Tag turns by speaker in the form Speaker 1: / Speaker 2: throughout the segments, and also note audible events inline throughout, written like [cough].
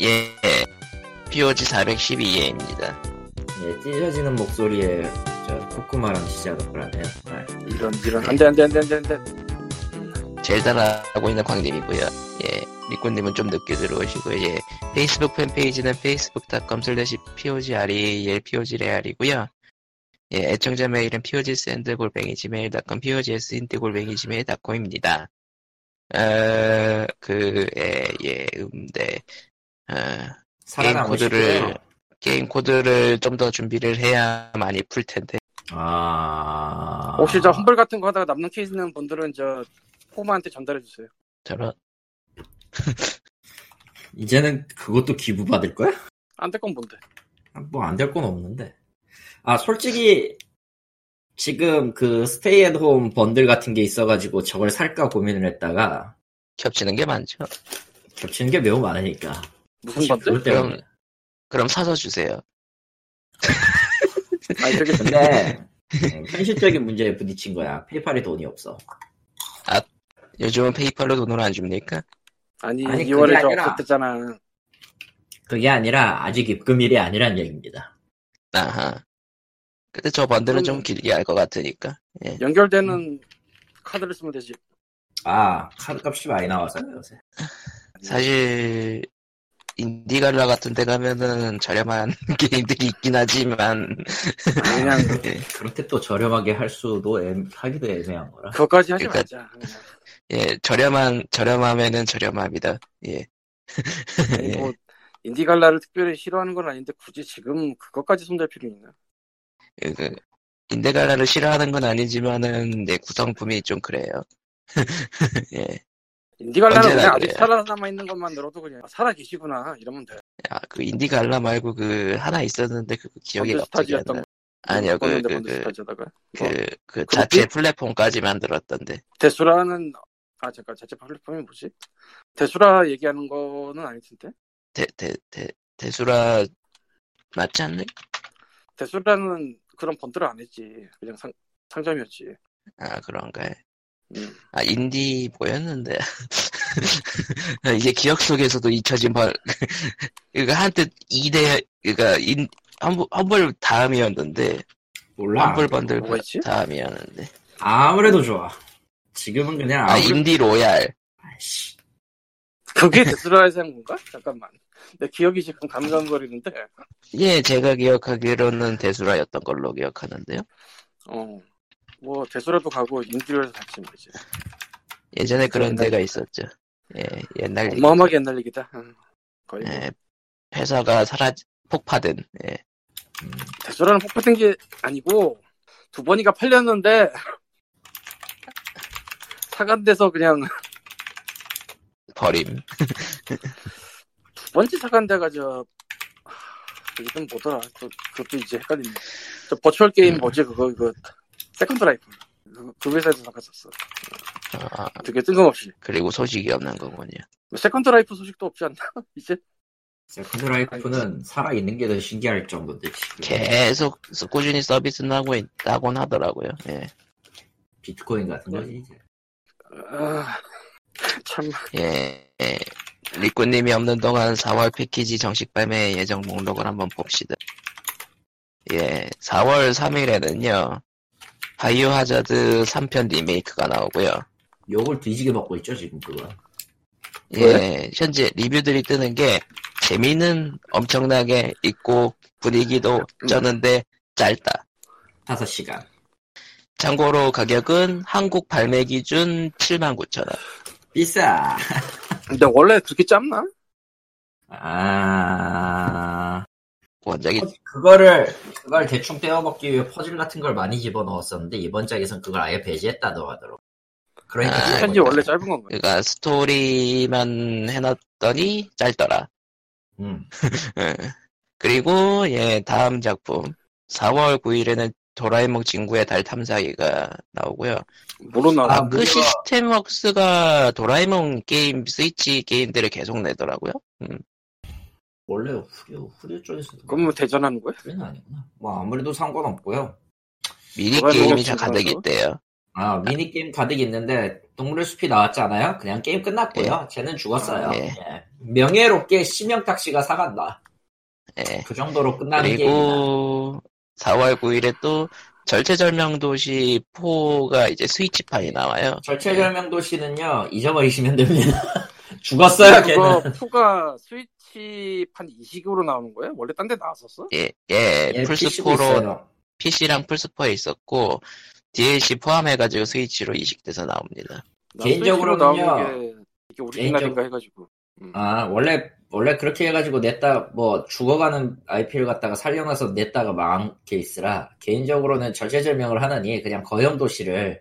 Speaker 1: 예. POG 412예입니다.
Speaker 2: 예, 찢어지는 목소리에 저 코쿠마랑 시작을 하네요. 아,
Speaker 3: 이런 이런 안돼 안돼 안돼 안돼 안돼
Speaker 1: 젤다라고 있는 광님이고요. 예. 리꾸님은 좀 늦게 들어오시고요. 예. 페이스북 팬페이지는 facebook.com slash pogreal pogreal이고요. 예, 애청자 메일은 E pogsend-gmail.com, E pogsend-gmail.com입니다. 어, 그, 예, 예, 음대, 어,
Speaker 2: 살아남고
Speaker 1: 게임 코드를-
Speaker 2: 싶어요.
Speaker 1: 게임 코드를 좀 더 준비를 해야 많이 풀 텐데.
Speaker 2: 아.
Speaker 3: 혹시 저 험블 같은 거 하다가 남는 케이스 있는 분들은 저 포마한테 전달해 주세요.
Speaker 1: 저런.
Speaker 2: 이제는 그것도 기부 받을 거야?
Speaker 3: 안 될 건 뭔데?
Speaker 2: 뭐 안 될 건 없는데. 아, 솔직히 지금 그 스테이 앳 홈 번들 같은 게 있어가지고 저걸 살까 고민을 했다가
Speaker 1: 겹치는 게 많죠.
Speaker 2: 겹치는 게 매우 많으니까.
Speaker 3: 무슨 건데?
Speaker 2: 그것 때문에.
Speaker 1: 그럼 사서 주세요. 그-
Speaker 3: 아니
Speaker 1: 네.
Speaker 3: 저게 [laughs]
Speaker 2: 근데 음, 현실적인 문제에 부딪힌 거야. 페이팔에 돈이 없어.
Speaker 1: 요즘은 페이팔로 돈을 안 줍니까?
Speaker 3: 아니,
Speaker 2: 아니, 그게
Speaker 3: 2월에 저
Speaker 2: 아니라.
Speaker 3: 없었잖아.
Speaker 2: 그게 아니라 아직 입금일이 아니란 얘기입니다.
Speaker 1: 아하. 근데 저 번들은 좀
Speaker 3: 음.
Speaker 1: 길게 할 것 같으니까.
Speaker 3: 연결되는 카드를 쓰면 되지.
Speaker 2: 아, 카드값이 많이 나와서요, 요새.
Speaker 1: 사실, 인디갈라 같은 데 가면은 저렴한 [laughs] 게임들이 있긴 하지만,
Speaker 3: 아니, 그냥
Speaker 1: [laughs] 예,
Speaker 2: 그렇게 또 저렴하게 할 수도, 애, 하기도 애매한 거라.
Speaker 3: 그것까지 하지
Speaker 1: 그러니까-
Speaker 3: 말자.
Speaker 1: 예, 저렴한, 저렴하면은 저렴합니다. 예. [laughs]
Speaker 3: 아니, 뭐 인디갈라를 특별히 싫어하는 건 아닌데 굳이 지금 그것까지 손댈 필요 있나?
Speaker 1: 예, 그, 인디갈라를 싫어하는 건 아니지만은, 내 구성품이 좀 그래요. [laughs] 예.
Speaker 3: 인디갈라는
Speaker 1: 언제나
Speaker 3: 그냥 아직
Speaker 1: 그래요.
Speaker 3: 살아남아 있는 것만 들어도 그냥 아, 살아 계시구나 이러면 돼.
Speaker 1: 아, 그 인디갈라 말고 그, 하나 있었는데, 그, 기억이 갑자기 안
Speaker 3: 번드스타즈였던
Speaker 1: 나.
Speaker 3: 거.
Speaker 1: 아니요, 그,
Speaker 3: 번드스타즈였는데
Speaker 1: 그, 그,
Speaker 3: 번드스타즈다가 뭐,
Speaker 1: 그, 그
Speaker 3: 그것도-
Speaker 1: 자체 플랫폼까지 만들었던데.
Speaker 3: 데수라는 아 잠깐 자체 플랫폼이 뭐지? 데수라 얘기하는 거는 아닐 텐데.
Speaker 1: 대, 대, 대, 대수라, 맞지 않나?
Speaker 3: 데수라는 그런 번들을 안 했지. 그냥 상, 상점이었지.
Speaker 1: 아, 그런가요?
Speaker 3: 음.
Speaker 1: 아, 인디 뭐였는데. [laughs] 이게 기억 속에서도 잊혀진 [laughs] 발, 그니까 한때 2대, 그니까 인, 환불, 환불 다음이었는데,
Speaker 2: 몰라.
Speaker 1: 환불 번들
Speaker 3: 아, 뭐가 있지?
Speaker 1: 다음이었는데.
Speaker 2: 아무래도 좋아. 지금은 그냥
Speaker 1: 아,
Speaker 2: 아무
Speaker 1: 인디 로얄.
Speaker 2: 아이씨.
Speaker 3: 그게 데스라에서 한 건가? 잠깐만. 내 기억이 지금 감감거리는데.
Speaker 1: 예, 제가 기억하기로는 대수라였던 걸로 기억하는데요.
Speaker 3: 어. 뭐 데스라도 가고 인디로에서 같이 말이지.
Speaker 1: 예전에 그런
Speaker 3: 옛날
Speaker 1: 데가
Speaker 3: 얘기다.
Speaker 1: 있었죠. 예, 옛날 얘기.
Speaker 3: 어마어마하게 옛날 얘기다. 응. 거의. 뭐
Speaker 1: 예, 회사가 사라, 폭파된, 예.
Speaker 3: 데스라는 폭파된 게 아니고 두 번이가 팔렸는데 [laughs] 사간돼서 그냥
Speaker 1: 버림.
Speaker 3: 두 번째 사간대가 저 하, 이름 뭐더라? 그, 그것도 이제 헷갈리네. 저 버추얼 게임
Speaker 1: 음.
Speaker 3: 뭐지 그거 그거 세컨드 라이프. 그, 그 회사에서 나갔었어.
Speaker 1: 아,
Speaker 3: 되게 뜬금없이.
Speaker 1: 그리고 소식이 없는 거군요.
Speaker 3: 뭐 세컨드 라이프 소식도 없지 않나? [laughs] 이제
Speaker 2: 세컨드 라이프는 살아있는 게 더 신기할 정도인데, 지금.
Speaker 1: 계속 꾸준히 서비스는 하고 있다곤 하더라고요. 예.
Speaker 2: 비트코인 같은 거지, 이제.
Speaker 3: 아, 참
Speaker 1: 예. 예. 리꾸님이 없는 동안 4월 패키지 정식 발매 예정 목록을 한번 봅시다. 예. 4월 3일에는요. 바이오 하자드 3편 리메이크가 나오고요.
Speaker 2: 욕을 뒤지게 먹고 있죠, 지금 그거.
Speaker 1: 예. 현재 리뷰들이 뜨는 게 재미는 엄청나게 있고 분위기도
Speaker 3: 음.
Speaker 1: 쩌는데 짧다.
Speaker 2: 5시간.
Speaker 1: 참고로 가격은 한국 발매 기준 79,000원.
Speaker 2: 비싸.
Speaker 3: 근데 원래 그렇게 짧나?
Speaker 2: 아.
Speaker 1: 원작이
Speaker 3: 어,
Speaker 2: 그거를, 그걸 대충 떼어먹기 위해 퍼즐 같은 걸 많이 집어넣었었는데, 이번 작에선 그걸 아예 배제했다고 하더라고. 그러니까.
Speaker 1: 아,
Speaker 2: 그냥
Speaker 3: 편지
Speaker 2: 뭐-
Speaker 3: 원래 짧은 건가요?
Speaker 1: 그러니까 스토리만 해놨더니 짧더라.
Speaker 2: 음.
Speaker 1: 예. 그리고 예 다음 작품 4월 9일에는 도라에몽 친구의 달 탐사기가 나오고요.
Speaker 3: 뭐로 나와?
Speaker 1: 아,
Speaker 2: 아,
Speaker 1: 그
Speaker 2: 무려-
Speaker 1: 시스템웍스가 도라에몽 게임 스위치 게임들을 계속 내더라고요. 음.
Speaker 2: 원래 후류, 후류 쪽에서도.
Speaker 3: 그럼 뭐 대전하는 거야?
Speaker 2: 후류는 아니구나. 뭐, 아무래도 상관없고요.
Speaker 1: 미리
Speaker 3: 도라에몽
Speaker 1: 게임이 다
Speaker 3: 친구라서?
Speaker 1: 가득 있대요.
Speaker 2: 아, 미니게임 가득 있는데, 동물의 숲이 나왔잖아요? 그냥 게임 끝났고요. 쟤는 죽었어요.
Speaker 1: 예.
Speaker 2: 예. 명예롭게 심영탁 씨가 사간다.
Speaker 1: 예.
Speaker 2: 그 정도로 끝나는 게임이다.
Speaker 1: 그리고 4월 9일에 또 절체절명도시 4가 이제 스위치판이 나와요.
Speaker 2: 절체절명도시는요, 잊어버리시면 됩니다. [laughs] 죽었어요, 걔는. [laughs]
Speaker 3: 그거 푸가 스위치판 이식으로 나오는 거예요? 원래 딴 데 나왔었어?
Speaker 1: 예, 예,
Speaker 2: 예, PC도
Speaker 1: 플스4로,
Speaker 2: 있어요.
Speaker 1: PC랑 플스4에 있었고, DLC 포함해가지고 스위치로 이식돼서 나옵니다.
Speaker 3: 난
Speaker 2: 개인적으로는요.
Speaker 3: 스위치로 나오는 게 이게 오리지널인가 해가지고. 음.
Speaker 2: 아, 원래, 원래 그렇게 해가지고 냈다, 뭐, 죽어가는 IP를 갖다가 살려놔서 냈다가 망한 케이스라, 개인적으로는 절체절명을 하느니, 그냥 거영도시를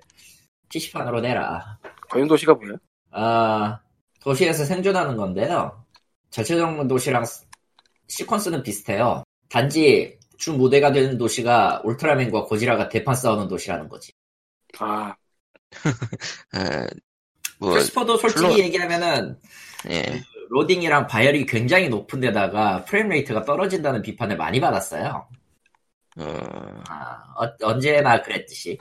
Speaker 2: PC판으로 내라.
Speaker 3: 거연도시가 뭐예요?
Speaker 2: 아, 도시에서 생존하는 건데요. 절체적인 도시랑 스- 시퀀스는 비슷해요. 단지 주 무대가 되는 도시가 울트라맨과 고지라가 대판 싸우는 도시라는 거지.
Speaker 3: 아,
Speaker 1: 어, 뭐,
Speaker 2: 크리스퍼도 솔직히
Speaker 1: 물론-
Speaker 2: 얘기하면은
Speaker 1: 예,
Speaker 2: 로딩이랑 바이얼이 굉장히 높은 데다가 프레임 레이트가 떨어진다는 비판을 많이 받았어요.
Speaker 1: 어,
Speaker 2: 아, 어- 언제나 그랬듯이.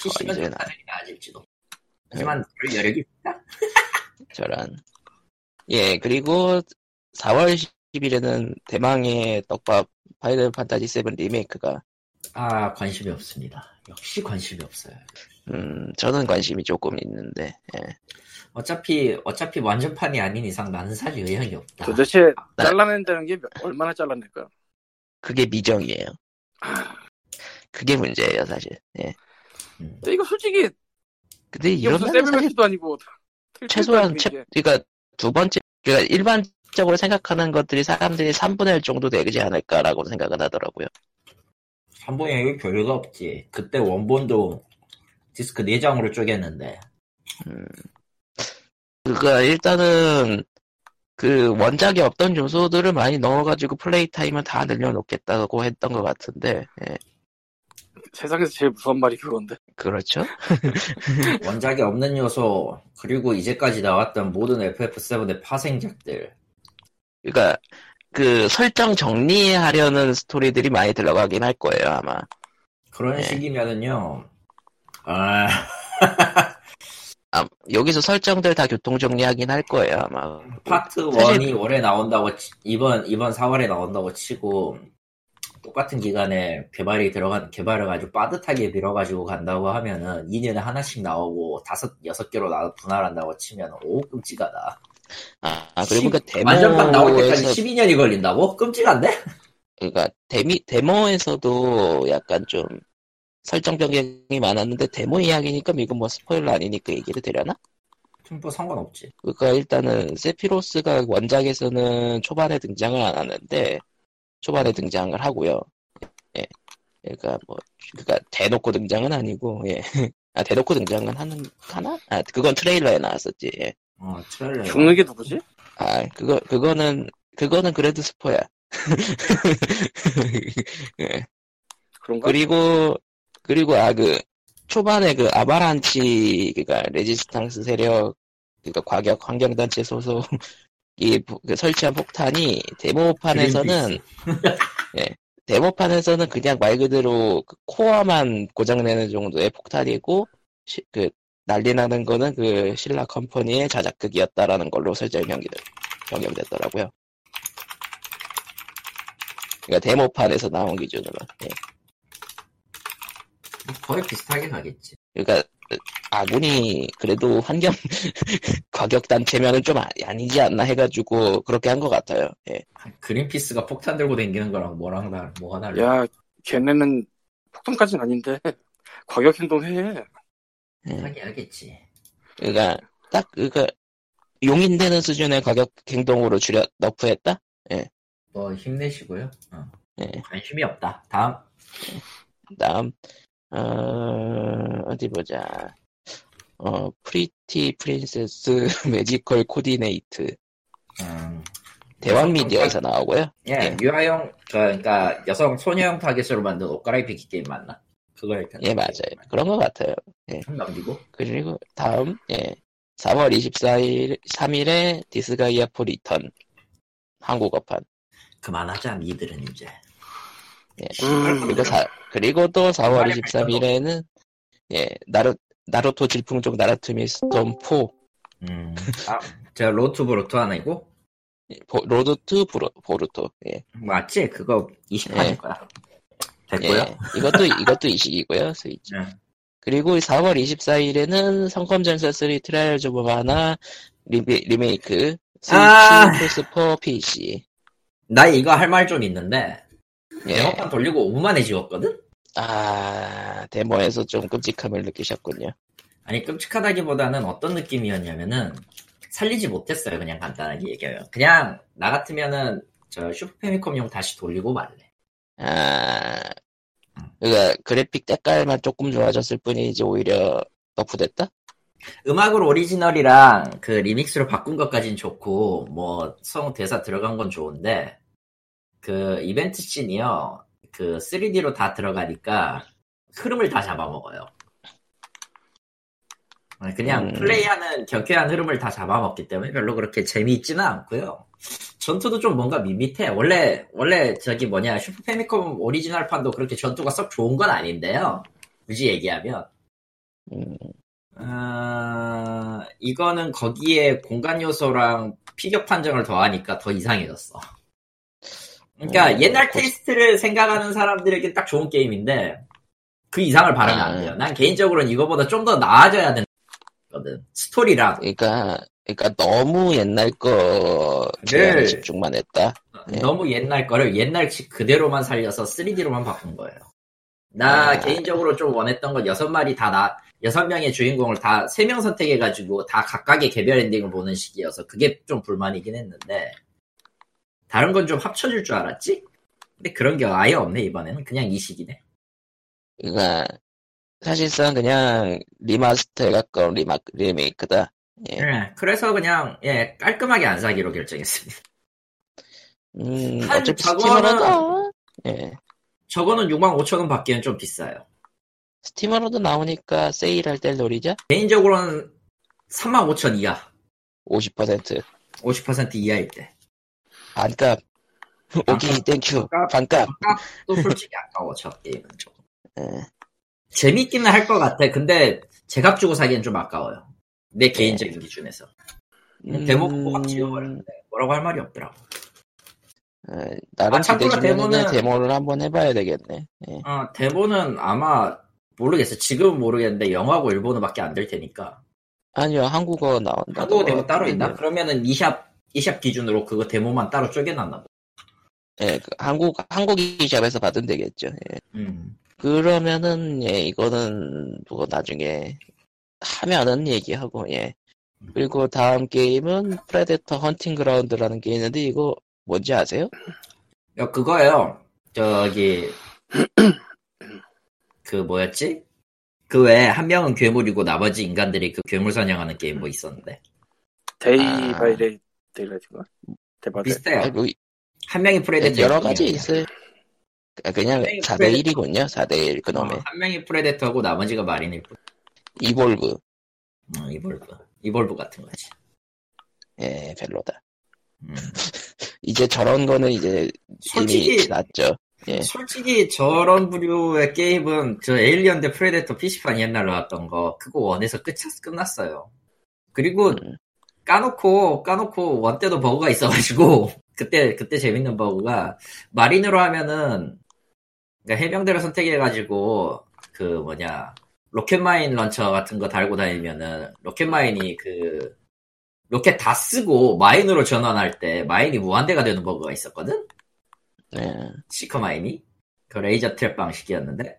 Speaker 2: PC는 좀
Speaker 1: 언제나. 네.
Speaker 2: 사정이 나아질지도. 하지만 그럴 여력이
Speaker 1: 저런. 예, 그리고 4월 10일에는 대망의 떡밥 파이널 판타지 7 리메이크가,
Speaker 2: 아 관심이 없습니다. 역시 관심이 없어요.
Speaker 1: 음, 저는 관심이 조금 있는데, 예.
Speaker 2: 어차피 어차피 완전판이 아닌 이상 나는 살 의향이 없다.
Speaker 1: 아,
Speaker 3: 도대체 잘라낸다는 게 몇- 얼마나 잘라낼까?
Speaker 1: 그게 미정이에요. 그게 문제예요, 사실. 예.
Speaker 3: 근데 이거 솔직히
Speaker 1: 근데
Speaker 3: 이게
Speaker 1: 이러면
Speaker 3: 무슨
Speaker 1: 사실
Speaker 3: 세븐맥스도 아니고 틀
Speaker 1: 최소한
Speaker 3: 때도 아니고
Speaker 1: 책, 그러니까 두 번째, 그러니까 일반적으로 생각하는 것들이 사람들이 3분의 1 정도 되지 않을까라고 생각은 하더라고요.
Speaker 2: 3번 여기 별거 없지. 그때 원본도 디스크 4장으로 쪼갰는데.
Speaker 1: 그러니까 일단은 그 원작에 없던 요소들을 많이 넣어가지고 플레이 타임은 다 늘려놓겠다고 했던 것 같은데, 예,
Speaker 3: 이게 세상에서 제일 무서운 말이 그건데.
Speaker 1: 그렇죠?
Speaker 2: 원작에 없는 요소, 그리고 이제까지 나왔던 모든 FF7의 파생작들.
Speaker 1: 그러니까 그 설정 정리하려는 스토리들이 많이 들어가긴 할 거예요, 아마.
Speaker 2: 그런
Speaker 1: 네.
Speaker 2: 식이면은요, 아,
Speaker 1: 아, 여기서 설정들 다 교통 정리하긴 할 거예요, 아마.
Speaker 2: 파트
Speaker 1: 사실-
Speaker 2: 1이 올해 나온다고, 치- 이번, 이번 4월에 나온다고 치고, 똑같은 기간에 개발이 들어간, 개발을 아주 빠듯하게 밀어가지고 간다고 하면은, 2년에 하나씩 나오고, 다섯, 여섯 개로 나 분할한다고 치면, 오, 끔찍하다.
Speaker 1: 아, 아, 그리고 그
Speaker 2: 완전판 나올 때까지
Speaker 1: 데모에서
Speaker 2: 12년이 걸린다고? 끔찍한데?
Speaker 1: 그러니까 데미 데모에서도 약간 좀 설정 변경이 많았는데 데모 이야기니까 이건 뭐 스포일러 아니니까 얘기를 되려나?
Speaker 2: 좀뭐 상관없지.
Speaker 1: 그러니까 일단은 세피로스가 원작에서는 초반에 등장을 안 하는데 초반에 등장을 하고요. 예. 그러니까 뭐 그러니까 대놓고 등장은 아니고 예. [laughs] 아 대놓고 등장은 하는 하나? 아 그건 트레일러에 나왔었지. 예.
Speaker 2: 어, 트레일러.
Speaker 3: 죽는 게 누구지?
Speaker 1: 아, 그거, 그거는, 그거는 그래도 스포야. 예.
Speaker 3: 그런가?
Speaker 1: 그리고, 그리고, 아, 그, 초반에 그 아바란치, 그니까, 레지스탕스 세력, 그니까, 과격 환경단체 소속이 [laughs] 부- 그 설치한 폭탄이 데모판에서는, 예, 데모판에서는 그냥 말 그대로 그 코어만 고장내는 정도의 폭탄이고, 시- 그, 난리 나는 거는 그 신라 컴퍼니의 자작극이었다라는 걸로 설정 변경이, 변경됐더라고요. 그러니까 데모판에서 나온 기준으로. 예.
Speaker 2: 거의 비슷하게 가겠지.
Speaker 1: 그러니까 아군이 그래도 환경 [laughs] 과격 단체면은 좀 아- 아니지 않나 해가지고 그렇게 한 것 같아요. 예.
Speaker 2: 그린피스가 폭탄 들고 다니는 거랑 뭐랑 다, 뭐가 달라.
Speaker 3: 야, 걔네는 폭탄까지는 아닌데 [laughs] 과격 행동해.
Speaker 1: 예.
Speaker 2: 하긴 하겠지.
Speaker 1: 그러니까 딱 그니까 용인되는 수준의 과격 행동으로 줄여 너프했다.
Speaker 2: 뭐, 힘내시고요. 어,
Speaker 1: 예.
Speaker 2: 관심이 없다. 다음.
Speaker 1: 다음 어, 디 보자. 어 프리티 프린세스 [laughs] 매지컬 코디네이트
Speaker 2: 음,
Speaker 1: 대왕 미디어에서 나오고요.
Speaker 2: 예, 유아용, 그, 그러니까 여성 소녀용 타겟으로 만든 옷갈아입기 게임 맞나? 그거일 텐데.
Speaker 1: 예 맞아요. 그런 것 같아요.
Speaker 2: 좀 넘기고.
Speaker 1: 그리고 다음 예 4월 24일 3일에 디스가이아 4 리턴 한국어판
Speaker 2: 그만하자, 니들은 이제.
Speaker 3: 음,
Speaker 1: 예, 그리고 사, 그리고 또 4월 23일에는 예, 나루, 나루토 질풍족 나루토미 스톰 4.
Speaker 2: 음. 아, 제가 로투 브로투 하나 이고
Speaker 1: 예, 보- 로드 투 브로, 보루토. 예.
Speaker 2: 맞지? 그거 20판일
Speaker 1: 예.
Speaker 2: 거야.
Speaker 1: 예.
Speaker 2: 됐고요.
Speaker 1: 이것도, 이것도 이식이고요, 스위치.
Speaker 2: 네.
Speaker 1: 그리고 4월 24일에는 성검전사 3 트라이얼 조브 하나 리메, 리메이크. 스위치,
Speaker 2: 아.
Speaker 1: 플스4, PC.
Speaker 2: 나 이거 할 말 좀 있는데
Speaker 1: 예.
Speaker 2: 데모판 돌리고 5분 만에 지웠거든?
Speaker 1: 아, 데모에서 좀 끔찍함을 느끼셨군요.
Speaker 2: 아니 끔찍하다기보다는 어떤 느낌이었냐면은 살리지 못했어요 그냥 간단하게 얘기해요 그냥 나 같으면은 저 슈퍼패미컴용 다시 돌리고 말래
Speaker 1: 아, 그러니까 그래픽 때깔만 조금 좋아졌을 뿐이지 오히려 너프됐다?
Speaker 2: 음악을 오리지널이랑 그 리믹스로 바꾼 것까진 좋고 뭐 성 대사 들어간 건 좋은데 그 이벤트 씬이요 그 3D로 다 들어가니까 흐름을 다 잡아먹어요 그냥
Speaker 1: 음.
Speaker 2: 플레이하는 경쾌한 흐름을 다 잡아먹기 때문에 별로 그렇게 재미있지는 않고요 전투도 좀 뭔가 밋밋해 원래 원래 저기 뭐냐 슈퍼 패미컴 오리지널 판도 그렇게 전투가 썩 좋은 건 아닌데요 굳이 얘기하면
Speaker 1: 음,
Speaker 2: 아, 이거는 거기에 공간 요소랑 피격 판정을 더하니까 더 이상해졌어. 그러니까
Speaker 1: 음,
Speaker 2: 옛날
Speaker 1: 고-
Speaker 2: 테이스트를 생각하는 사람들에게 딱 좋은 게임인데 그 이상을 바라면 안 돼요. 난 개인적으로는 이거보다 좀 더 나아져야 되거든. 스토리라도.
Speaker 1: 그러니까, 그러니까 너무 옛날 거
Speaker 2: 네.
Speaker 1: 에 집중만 했다. 예.
Speaker 2: 너무 옛날 거를 옛날 식 그대로만 살려서 3D로만 바꾼 거예요. 나
Speaker 1: 아.
Speaker 2: 개인적으로 좀 원했던 건 여섯 마리 다 나, 여섯 명의 주인공을 다 세 명 선택해가지고 다 각각의 개별 엔딩을 보는 식이어서 그게 좀 불만이긴 했는데 다른 건 좀 합쳐줄 줄 알았지? 근데 그런 게 아예 없네 이번에는 그냥 이 식이네.
Speaker 1: 그러니까 사실상 그냥 리마스터에 가까운 리마, 리메이크다. 예.
Speaker 2: 예, 그래서 그냥 예 깔끔하게 안 사기로 결정했습니다. [laughs]
Speaker 1: 음,
Speaker 2: 한
Speaker 1: 어차피
Speaker 2: 저거는-
Speaker 1: 스팀으로도, 예.
Speaker 2: 저거는 6만 5천 원 받기엔 좀 비싸요.
Speaker 1: 스팀으로도 나오니까 세일할 때 노리자?
Speaker 2: 개인적으로는 3만 5천 이하,
Speaker 1: 50%.
Speaker 2: 50% 이하일 때.
Speaker 1: 반값. 오케이, 땡큐. 반값.
Speaker 2: 또 솔직히 아까워 저 게임은 좀
Speaker 1: 예.
Speaker 2: 재밌기는 할 것 같아 근데 제값 주고 사기엔 좀 아까워요 내 개인적인 기준에서 데모 보고 확 지워버렸는데 뭐라고 할 말이 없더라고
Speaker 1: 예, 나름
Speaker 2: 아, 참고로
Speaker 1: 기대주면은
Speaker 2: 데모는-
Speaker 1: 데모를 한번 해봐야 되겠네. 예.
Speaker 2: 어, 데모는 아마 모르겠어 지금은 모르겠는데 영어하고 일본어밖에 안 될 테니까
Speaker 1: 아니요, 한국어 나온다.
Speaker 2: 한국어 데모 따로 있나? 그러면은 이샵 이샵 기준으로 그거 데모만 따로 쪼개놨나 보다
Speaker 1: 예, 그 한국 한국 이샵에서 받으면 되겠죠. 예.
Speaker 2: 음.
Speaker 1: 그러면은 예, 이거는 그거 나중에 하면은 얘기하고 예. 그리고 다음 게임은 프레데터 헌팅 그라운드라는 게 있는데 이거 뭔지 아세요?
Speaker 2: 야, 그거예요 저기 [clears throat] 그 뭐였지? 그 외에 한 명은 괴물이고 나머지 인간들이 그 괴물 사냥하는 게임 뭐 있었는데
Speaker 3: 데이
Speaker 1: 아.
Speaker 3: 바이 레이 데이라든가 대박
Speaker 2: 비슷해요.
Speaker 1: 아, 뭐,
Speaker 2: 한 명이 네. 프레데터
Speaker 1: 네,
Speaker 2: 네,
Speaker 1: 여러 가지 있어요. 아, 그냥
Speaker 2: 프레-
Speaker 1: 4대 1이군요. 4대 1 그놈의
Speaker 2: 한 명이 프레데터고 나머지가 마린일 뿐.
Speaker 1: 이볼브.
Speaker 2: 어, 이볼브. 이볼브 같은 거지.
Speaker 1: 예, 별로다.
Speaker 2: 음.
Speaker 1: 이제 저런 거는 이제 이미
Speaker 2: 솔직히
Speaker 1: 지났죠. 예.
Speaker 2: 솔직히 저런 부류의 게임은 저 에일리언 대 프레데터 PC판 옛날 나왔던 거 그거 원에서 끝 끝났어요. 그리고
Speaker 1: 음.
Speaker 2: 까놓고 까놓고 원 때도 버그가 있어가지고 [laughs] 그때 그때 재밌는 버그가 마린으로 하면은 그러니까 해병대를 선택해가지고 그 뭐냐 로켓마인 런처 같은 거 달고 다니면은 로켓마인이 그 로켓 다 쓰고 마인으로 전환할 때 마인이 무한대가 되는 버그가 있었거든.
Speaker 1: 예.
Speaker 2: 시커마인이 그 레이저 트랩 방식이었는데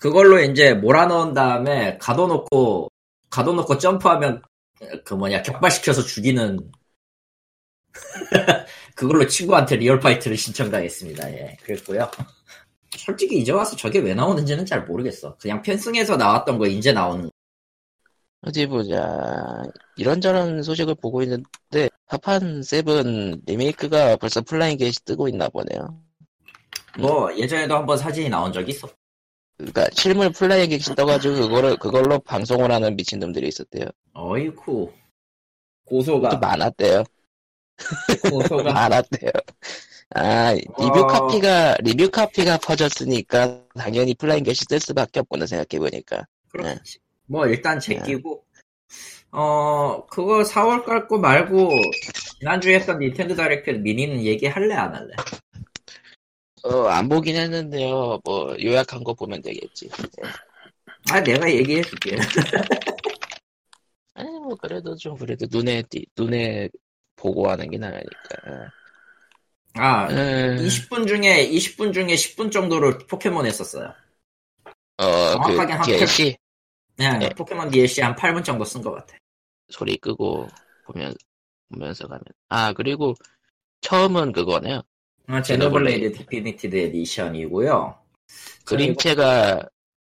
Speaker 2: 그걸로 이제 몰아넣은 다음에 가둬놓고 가둬놓고 점프하면 그 뭐냐 격발시켜서 죽이는 [laughs] 그걸로 친구한테 리얼 파이트를 신청당했습니다. 예, 그랬고요. 솔직히 이제 와서 저게 왜 나오는지는 잘 모르겠어. 그냥 편승에서 나왔던 거 이제 나오는 거.
Speaker 1: 어디 보자. 이런저런 소식을 보고 있는데 파판 세븐 리메이크가 벌써 플라잉 게시 뜨고 있나 보네요.
Speaker 2: 뭐 예전에도 한번 사진이 나온 적이 있어.
Speaker 1: 그러니까 실물 플라잉 게시 떠가지고 그거를 그걸로 방송을 하는 미친 놈들이 있었대요.
Speaker 2: 어이쿠
Speaker 1: 또
Speaker 2: 고소가
Speaker 1: 많았대요.
Speaker 2: 고소가
Speaker 1: 많았대요. 아 리뷰
Speaker 2: 어.
Speaker 1: 카피가 리뷰 카피가 퍼졌으니까 당연히 플라잉 게시 뜰 수밖에 없구나 생각해 보니까.
Speaker 2: 그렇지. 뭐 일단 제끼고 어 그거 4월 깔고 말고 지난주에 했던 닌텐도 다이렉트 미니는 얘기할래 안 할래?
Speaker 1: 어, 안 보긴 했는데요. 뭐, 요약한 거 보면 되겠지.
Speaker 2: 아 내가 얘기해줄게.
Speaker 1: 아니, 뭐, 그래도 좀, 그래도 눈에, 띄- 눈에 보고 하는 게 나으니까.
Speaker 2: 아
Speaker 1: 음,
Speaker 2: 20분 중에 20분 중에 10분 정도를 포켓몬 했었어요.
Speaker 1: 어,
Speaker 2: 정확하게
Speaker 1: 그,
Speaker 2: 한
Speaker 1: DLC
Speaker 2: 네,
Speaker 1: 네.
Speaker 2: 포켓몬 DLC 한 8분 정도 쓴 것 같아.
Speaker 1: 소리 끄고 보면, 보면서 가면. 아, 그리고 처음은 그거네요.
Speaker 2: 아, 제노블레이드 디피니티드 에디션이고요.
Speaker 1: 그림체가,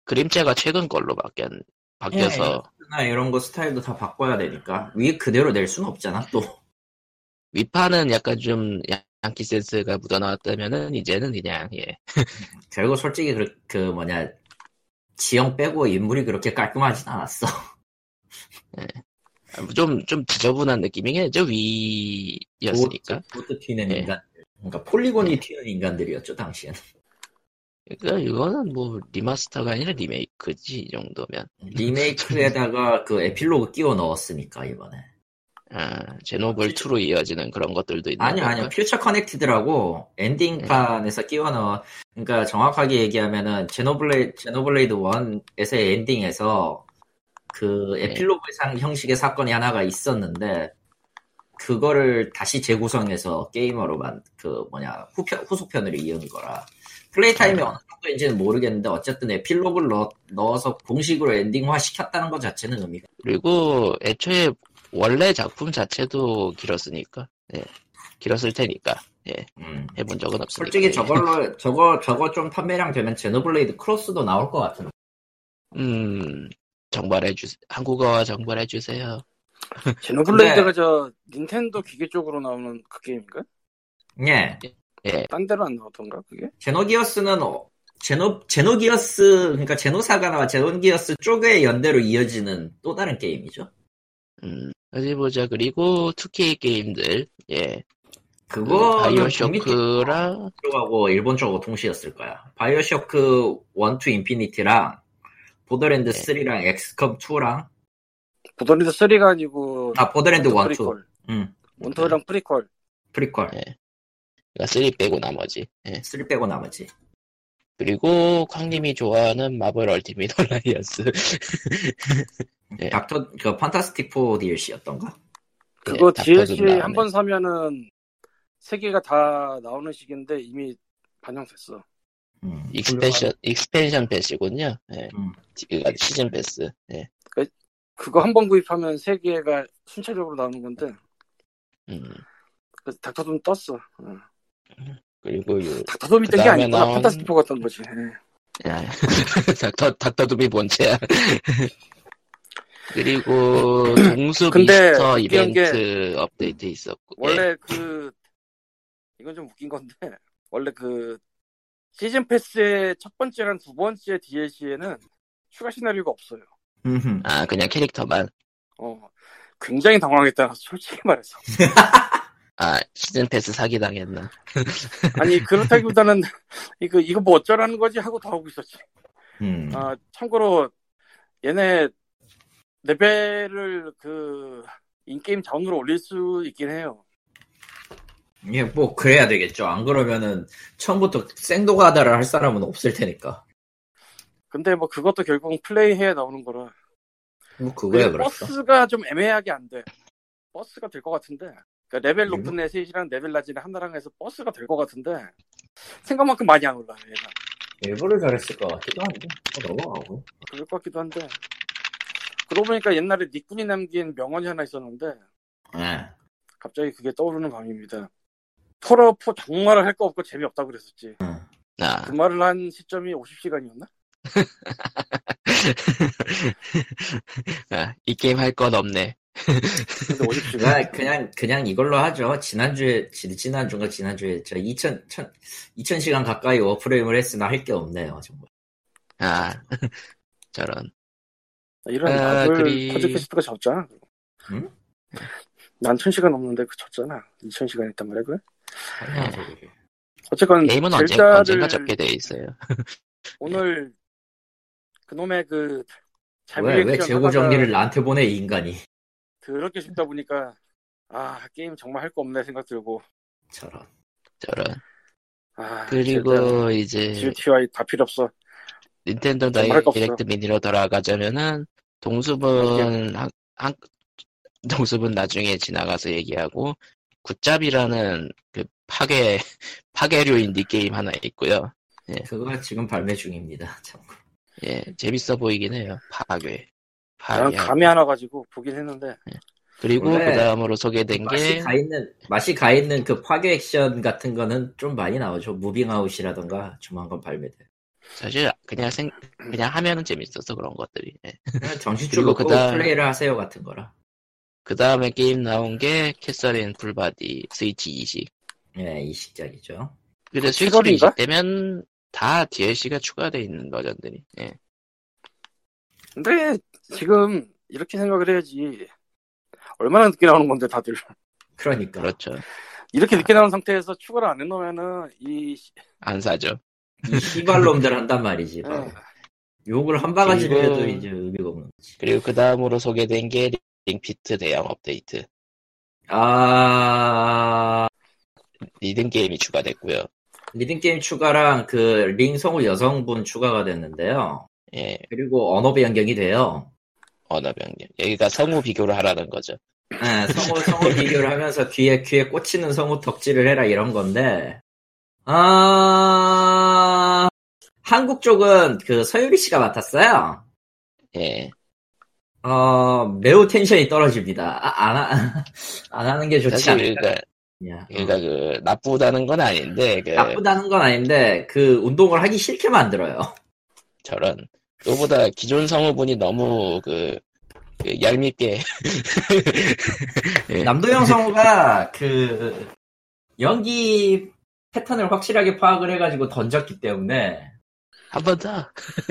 Speaker 1: 그림체가 최근 걸로 바뀌었,
Speaker 2: 예,
Speaker 1: 바뀌어서
Speaker 2: 나 이런 거 스타일도 다 바꿔야 되니까 위에 그대로 낼 순 없잖아 또. [laughs]
Speaker 1: 윗판은 약간 좀 양- 양키 센스가 묻어나왔다면은 이제는 그냥 예
Speaker 2: 결국 솔직히 그, 그 뭐냐 지형 빼고 인물이 그렇게 깔끔하진 않았어.
Speaker 1: 좀 좀 지저분한 느낌이긴 했죠 위였으니까
Speaker 2: 보트 튀는
Speaker 1: 예.
Speaker 2: 인간들. 그러니까 폴리곤이 튀는 인간들이었죠 당시엔.
Speaker 1: 그러니까 이거는 뭐 리마스터가 아니라 리메이크지 이 정도면
Speaker 2: 리메이크에다가 그 에필로그 끼워 넣었으니까 이번에.
Speaker 1: 아, 제노블 2로 이어지는 그런 것들도 있는
Speaker 2: 아니요
Speaker 1: 건가?
Speaker 2: 아니요 퓨처 커넥티드라고 엔딩판에서 끼워 넣어. 그러니까 정확하게 얘기하면은 제노블레이 제노블레이드 1에서의 엔딩에서 그 에필로그 상 형식의 사건이 하나가 있었는데 그거를 다시 재구성해서 게이머로 만 그 뭐냐 후편 후속편으로 이은 거라 플레이 타임이
Speaker 1: 네.
Speaker 2: 어느 정도인지는 모르겠는데 어쨌든 에필로그를 넣, 넣어서 공식으로 엔딩화 시켰다는 것 자체는 의미가
Speaker 1: 그리고 애초에 원래 작품 자체도 길었으니까 예 길었을 테니까 예
Speaker 2: 음.
Speaker 1: 해본 적은 없으니까
Speaker 2: 솔직히
Speaker 1: 예.
Speaker 2: 저걸로 저거 저거 좀 판매량 되면 제노블레이드 크로스도 나올 것 같은.
Speaker 1: 음 정발해 주세요 한국어와 정발해 주세요
Speaker 3: 제노블레이드가
Speaker 1: 네.
Speaker 3: 저 닌텐도 기계 쪽으로 나오는 그 게임인가?
Speaker 2: 예.
Speaker 1: 네.
Speaker 3: 딴 데로 안 나오던가 그게?
Speaker 2: 제노기어스는 어- 제노 제노기어스 그러니까 제노사가 나와 제노기어스 쪽의 연대로 이어지는 또 다른 게임이죠.
Speaker 1: 음, 어디 보자. 그리고 2K 게임들, 예.
Speaker 3: 음,
Speaker 1: 그
Speaker 2: 그거
Speaker 1: 바이오쇼크랑,
Speaker 2: 쪽하고 일본 쪽하고 동시였을 거야. 바이오쇼크 1, 2 인피니티랑 보더랜드
Speaker 3: 네.
Speaker 2: 3랑 엑스컴 2랑
Speaker 3: 보더랜드 3가 아니고
Speaker 2: 아 보더랜드 1, 2.
Speaker 3: 프리퀄
Speaker 2: 음.
Speaker 3: 원투랑 프리퀄
Speaker 2: 프리퀄.
Speaker 1: 네. 그러니까 3 빼고 나머지, 예.
Speaker 2: 3 빼고 나머지.
Speaker 1: 그리고 콩님이 좋아하는 마블 얼티밋 얼라이언스. 네.
Speaker 2: 닥터 그 판타스틱 4 DLC였던가?
Speaker 3: 그거
Speaker 1: 예, 닥터도
Speaker 3: DLC
Speaker 1: 나오네.
Speaker 3: 한 번 사면은 세 개가 다 나오는 식인데 이미 반영됐어.
Speaker 2: 음.
Speaker 1: 익스펜션, 익스펜션 패스군요. 예.
Speaker 2: 음.
Speaker 1: 그러니까 시즌 패스. 예.
Speaker 3: 그거 한 번 구입하면 세 개가 순차적으로 나오는 건데
Speaker 1: 음.
Speaker 3: 그래서 닥터돔 떴어. 응.
Speaker 1: 그리고 요,
Speaker 3: 닥터돔이 뜬게
Speaker 1: 그다음에
Speaker 3: 아니구나.
Speaker 1: 나온-
Speaker 3: 판타스티포 같던 거지. 예.
Speaker 1: 야, [laughs] 닥터, 닥터둠이 본체야. 그리고 동수
Speaker 3: 근데
Speaker 1: 미스터
Speaker 3: 웃기는 게
Speaker 1: 이벤트 업데이트 있었고. 예.
Speaker 3: 원래 그 이건 좀 웃긴 건데 [laughs] 원래 그 시즌 패스의 첫 번째랑 두 번째 DLC에는 추가 시나리오가 없어요.
Speaker 2: 음흠.
Speaker 1: 아, 그냥 캐릭터만.
Speaker 3: 어, 굉장히 당황했다. 솔직히 말해서.
Speaker 1: 아, 시즌 패스 사기당했나.
Speaker 3: 아니 그렇다기보다는 [laughs] 이거 이거 뭐 어쩌라는 거지 하고 다 하고 있었지.
Speaker 2: 음.
Speaker 3: 아, 참고로 얘네 레벨을 그 인게임 자원으로 올릴 수 있긴 해요.
Speaker 2: 예, 뭐 그래야 되겠죠. 안 그러면은 처음부터 생도가다를 할 사람은 없을 테니까.
Speaker 3: 근데 뭐 그것도 결국 플레이해야 나오는 거라.
Speaker 2: 뭐 그거야
Speaker 3: 그리고
Speaker 2: 그렇죠.
Speaker 3: 버스가 좀 애매하게 안 돼. 버스가 될 것 같은데. 그러니까 레벨 높은
Speaker 2: 일본?
Speaker 3: 애셋이랑 레벨 낮은 애 하나랑 해서 버스가 될 것 같은데 생각만큼 많이 안 올라. 얘가
Speaker 2: 일부러 잘했을 것 같기도 한데 뭐 넘어가고.
Speaker 3: 그럴 것 같기도 한데. 그러고 보니까 옛날에 니꾼이 남긴 명언이 하나 있었는데
Speaker 2: 예.
Speaker 3: 갑자기 그게 떠오르는 밤입니다. 토러포 정말 할 거 없고 재미없다고 그랬었지.
Speaker 1: 아,
Speaker 3: 그 말을 한 시점이 50시간이었나?
Speaker 1: 아, 이 게임 할 건 없네.
Speaker 3: 근데 50시간.
Speaker 2: 제가 그냥 그냥 이걸로 하죠. 지난주에 지- 지난주인가 지난주에 저 2천 1 2천 시간 가까이 워프레임을 했으나 할 게 없네요 정말.
Speaker 1: 아, [laughs] 저런.
Speaker 3: 이런
Speaker 1: 아,
Speaker 3: 아들
Speaker 1: 그리-
Speaker 3: 포드캐스트가 졌잖아.
Speaker 2: 응?
Speaker 3: 난 1000시간 없는데 그 졌잖아. 2000시간 했단 말이야, 그
Speaker 2: 아니야, 저기.
Speaker 3: 어쨌건
Speaker 1: 게임은 언제, 예.
Speaker 3: 젤다를
Speaker 1: 언젠가 접게 돼 있어요.
Speaker 3: 오늘 그놈의 그
Speaker 2: 왜 왜 재고 정리를 나한테 보내 이 인간이
Speaker 3: 더럽게 쉽다 보니까 아 게임 정말 할 거 없네 생각 들고
Speaker 2: 저런
Speaker 1: 저런.
Speaker 3: 아
Speaker 1: 그리고 예. 이제
Speaker 3: GTY 다 필요 없어
Speaker 1: 닌텐도
Speaker 3: 네, 정말 할거 없어.
Speaker 1: 다이렉트 미니로 돌아가자면은
Speaker 3: 네.
Speaker 1: 동숲은 한, 한- [laughs] 동숲은 나중에 지나가서 얘기하고 굿잡이라는 그 파괴 [laughs] 파괴류 인디 게임 하나 있고요.
Speaker 2: 그거 지금 발매 중입니다 참고
Speaker 1: 예, 재밌어 보이긴 해요. 파괴.
Speaker 3: 난
Speaker 1: 파괴.
Speaker 3: 감이 하나 가지고 보긴 했는데
Speaker 1: 그리고
Speaker 2: 원래
Speaker 1: 그 다음으로 소개된
Speaker 2: 맛이
Speaker 1: 게
Speaker 2: 가 있는 맛이 가 있는 그 파괴 액션 같은 거는 좀 많이 나오죠 무빙아웃이라던가 조만간 발매돼
Speaker 1: 사실 그냥
Speaker 3: [clears throat]
Speaker 1: 생 그냥 하면은 재밌어서 그런 것들이. 예.
Speaker 2: 그냥 정신줄로
Speaker 1: 그리고
Speaker 2: 그
Speaker 1: 그다음-
Speaker 2: 플레이를 하세요 같은 거라
Speaker 1: 그 다음에 게임 나온 게 캐서린 풀바디 스위치 2식.
Speaker 2: 예 이 시작이죠
Speaker 1: 근데 스위치
Speaker 3: 캐서린인가?
Speaker 1: 2식 되면 다 DLC가 추가돼 있는 버전들이. 예.
Speaker 3: 근데 지금 이렇게 생각을 해야지 얼마나 늦게 나오는 건데 다들
Speaker 2: 그러니까
Speaker 1: 그렇죠.
Speaker 3: 이렇게 늦게 나온 상태에서 추가를 안 해놓으면은 이 시-
Speaker 1: 안 사죠.
Speaker 2: 이 시발놈들 한단 말이지 바로.
Speaker 3: 예.
Speaker 2: 욕을 한 바가지로
Speaker 1: 그리고-
Speaker 2: 해도 이제 의미가 없는 거지
Speaker 1: 그리고 그 다음으로 소개된 게 링피트 대형 업데이트.
Speaker 2: 아
Speaker 1: 리듬 게임이 추가됐고요.
Speaker 2: 리듬게임 추가랑 그 링 성우 여성분 추가가 됐는데요
Speaker 1: 예,
Speaker 2: 그리고 언어 변경이 돼요
Speaker 1: 언어 변경. 여기가 성우 비교를 하라는 거죠.
Speaker 2: 예, 성우, 성우 비교를 하면서 귀에, 귀에 꽂히는 성우 덕질을 해라 이런 건데, 아, 한국 쪽은 그 서유리 씨가 맡았어요.
Speaker 1: 예,
Speaker 2: 어, 매우 텐션이 떨어집니다. 아, 안, 하, [laughs] 안 하는 게 좋지
Speaker 1: 사실
Speaker 2: 않냐.
Speaker 1: 그러니까, 그러니까 그 나쁘다는 건 아닌데 그
Speaker 2: 음. 나쁘다는 건 아닌데, 그 운동을 하기 싫게 만들어요.
Speaker 1: 저런 그보다 기존 성우분이 너무 그, 그 얄밉게 [laughs] 예. [laughs]
Speaker 2: 남도영 성우가 그 연기 패턴을 확실하게 파악을 해가지고 던졌기 때문에,
Speaker 1: 한 번 더.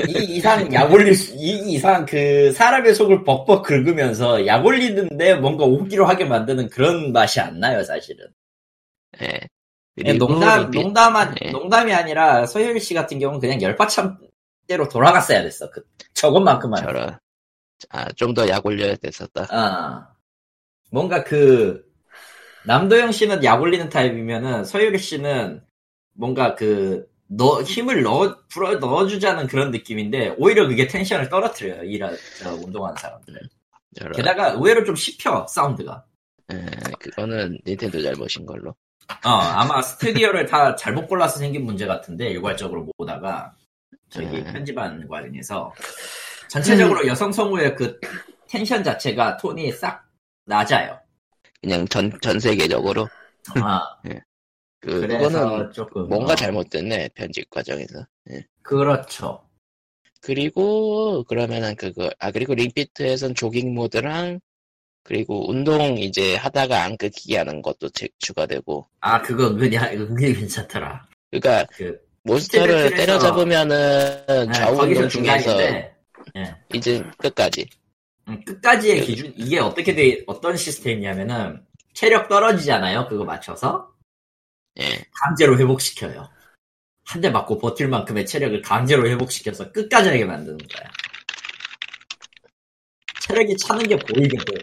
Speaker 2: 이 이상 약 올릴 수, 이 이상 그 사람의 속을 벅벅 긁으면서 약 올리는데 뭔가 오기로 하게 만드는 그런 맛이 안 나요 사실은.
Speaker 1: 예.
Speaker 2: 그냥
Speaker 1: 그리고
Speaker 2: 네, 농담
Speaker 1: 링피-
Speaker 2: 농담한
Speaker 1: 예.
Speaker 2: 농담이 아니라 서효리 씨 같은 경우는 그냥 열받참대로 돌아갔어야 됐어. 그 저것만큼만.
Speaker 1: 저런. 아, 좀 더 약 올려야 됐었다.
Speaker 2: 아 뭔가 그 남도영 씨는 약 올리는 타입이면은 서효리 씨는 뭔가 그 너 힘을 넣어 불어 넣어주자는 그런 느낌인데 오히려 그게 텐션을 떨어뜨려요 일하 저 운동하는 사람들.
Speaker 1: 저런.
Speaker 2: 게다가 의외로 좀 씹혀 사운드가.
Speaker 1: 예, 그거는 닌텐도 잘못인 걸로.
Speaker 2: 어 아마 스튜디오를 다 잘못 골라서 생긴 문제 같은데 일괄적으로 모으다가 저기
Speaker 1: 음.
Speaker 2: 편집하는 과정에서 전체적으로 여성 성우의 그 텐션 자체가 톤이 싹 낮아요.
Speaker 1: 그냥 전, 전 세계적으로.
Speaker 2: 아
Speaker 1: 그,
Speaker 2: 그래서
Speaker 1: 그거는
Speaker 2: 조금
Speaker 1: 뭔가
Speaker 2: 어,
Speaker 1: 잘못됐네, 편집 과정에서. 예.
Speaker 2: 그렇죠.
Speaker 1: 그리고, 그러면은 그거, 아, 그리고 링피트에선 조깅 모드랑, 그리고 운동 이제 하다가 안 끊기게 하는 것도 제- 추가되고.
Speaker 2: 아 그거 은근히 하- 은근히 괜찮더라.
Speaker 1: 그러니까,
Speaker 2: 그
Speaker 1: 몬스터를
Speaker 2: 스틸 배틀에서-
Speaker 1: 때려잡으면은
Speaker 2: 네,
Speaker 1: 좌우
Speaker 2: 거기서
Speaker 1: 운동 중에서
Speaker 2: 중간인데
Speaker 1: 이제 끝까지.
Speaker 2: 음, 끝까지의
Speaker 1: 그-
Speaker 2: 기준 이게 어떻게 돼 어떤 시스템이냐면은 체력 떨어지잖아요. 그거 맞춰서
Speaker 1: 예.
Speaker 2: 강제로 회복시켜요. 한 대 맞고 버틸 만큼의 체력을 강제로 회복시켜서 끝까지 하게 만드는 거야. 체력이 차는 게 보이게 돼.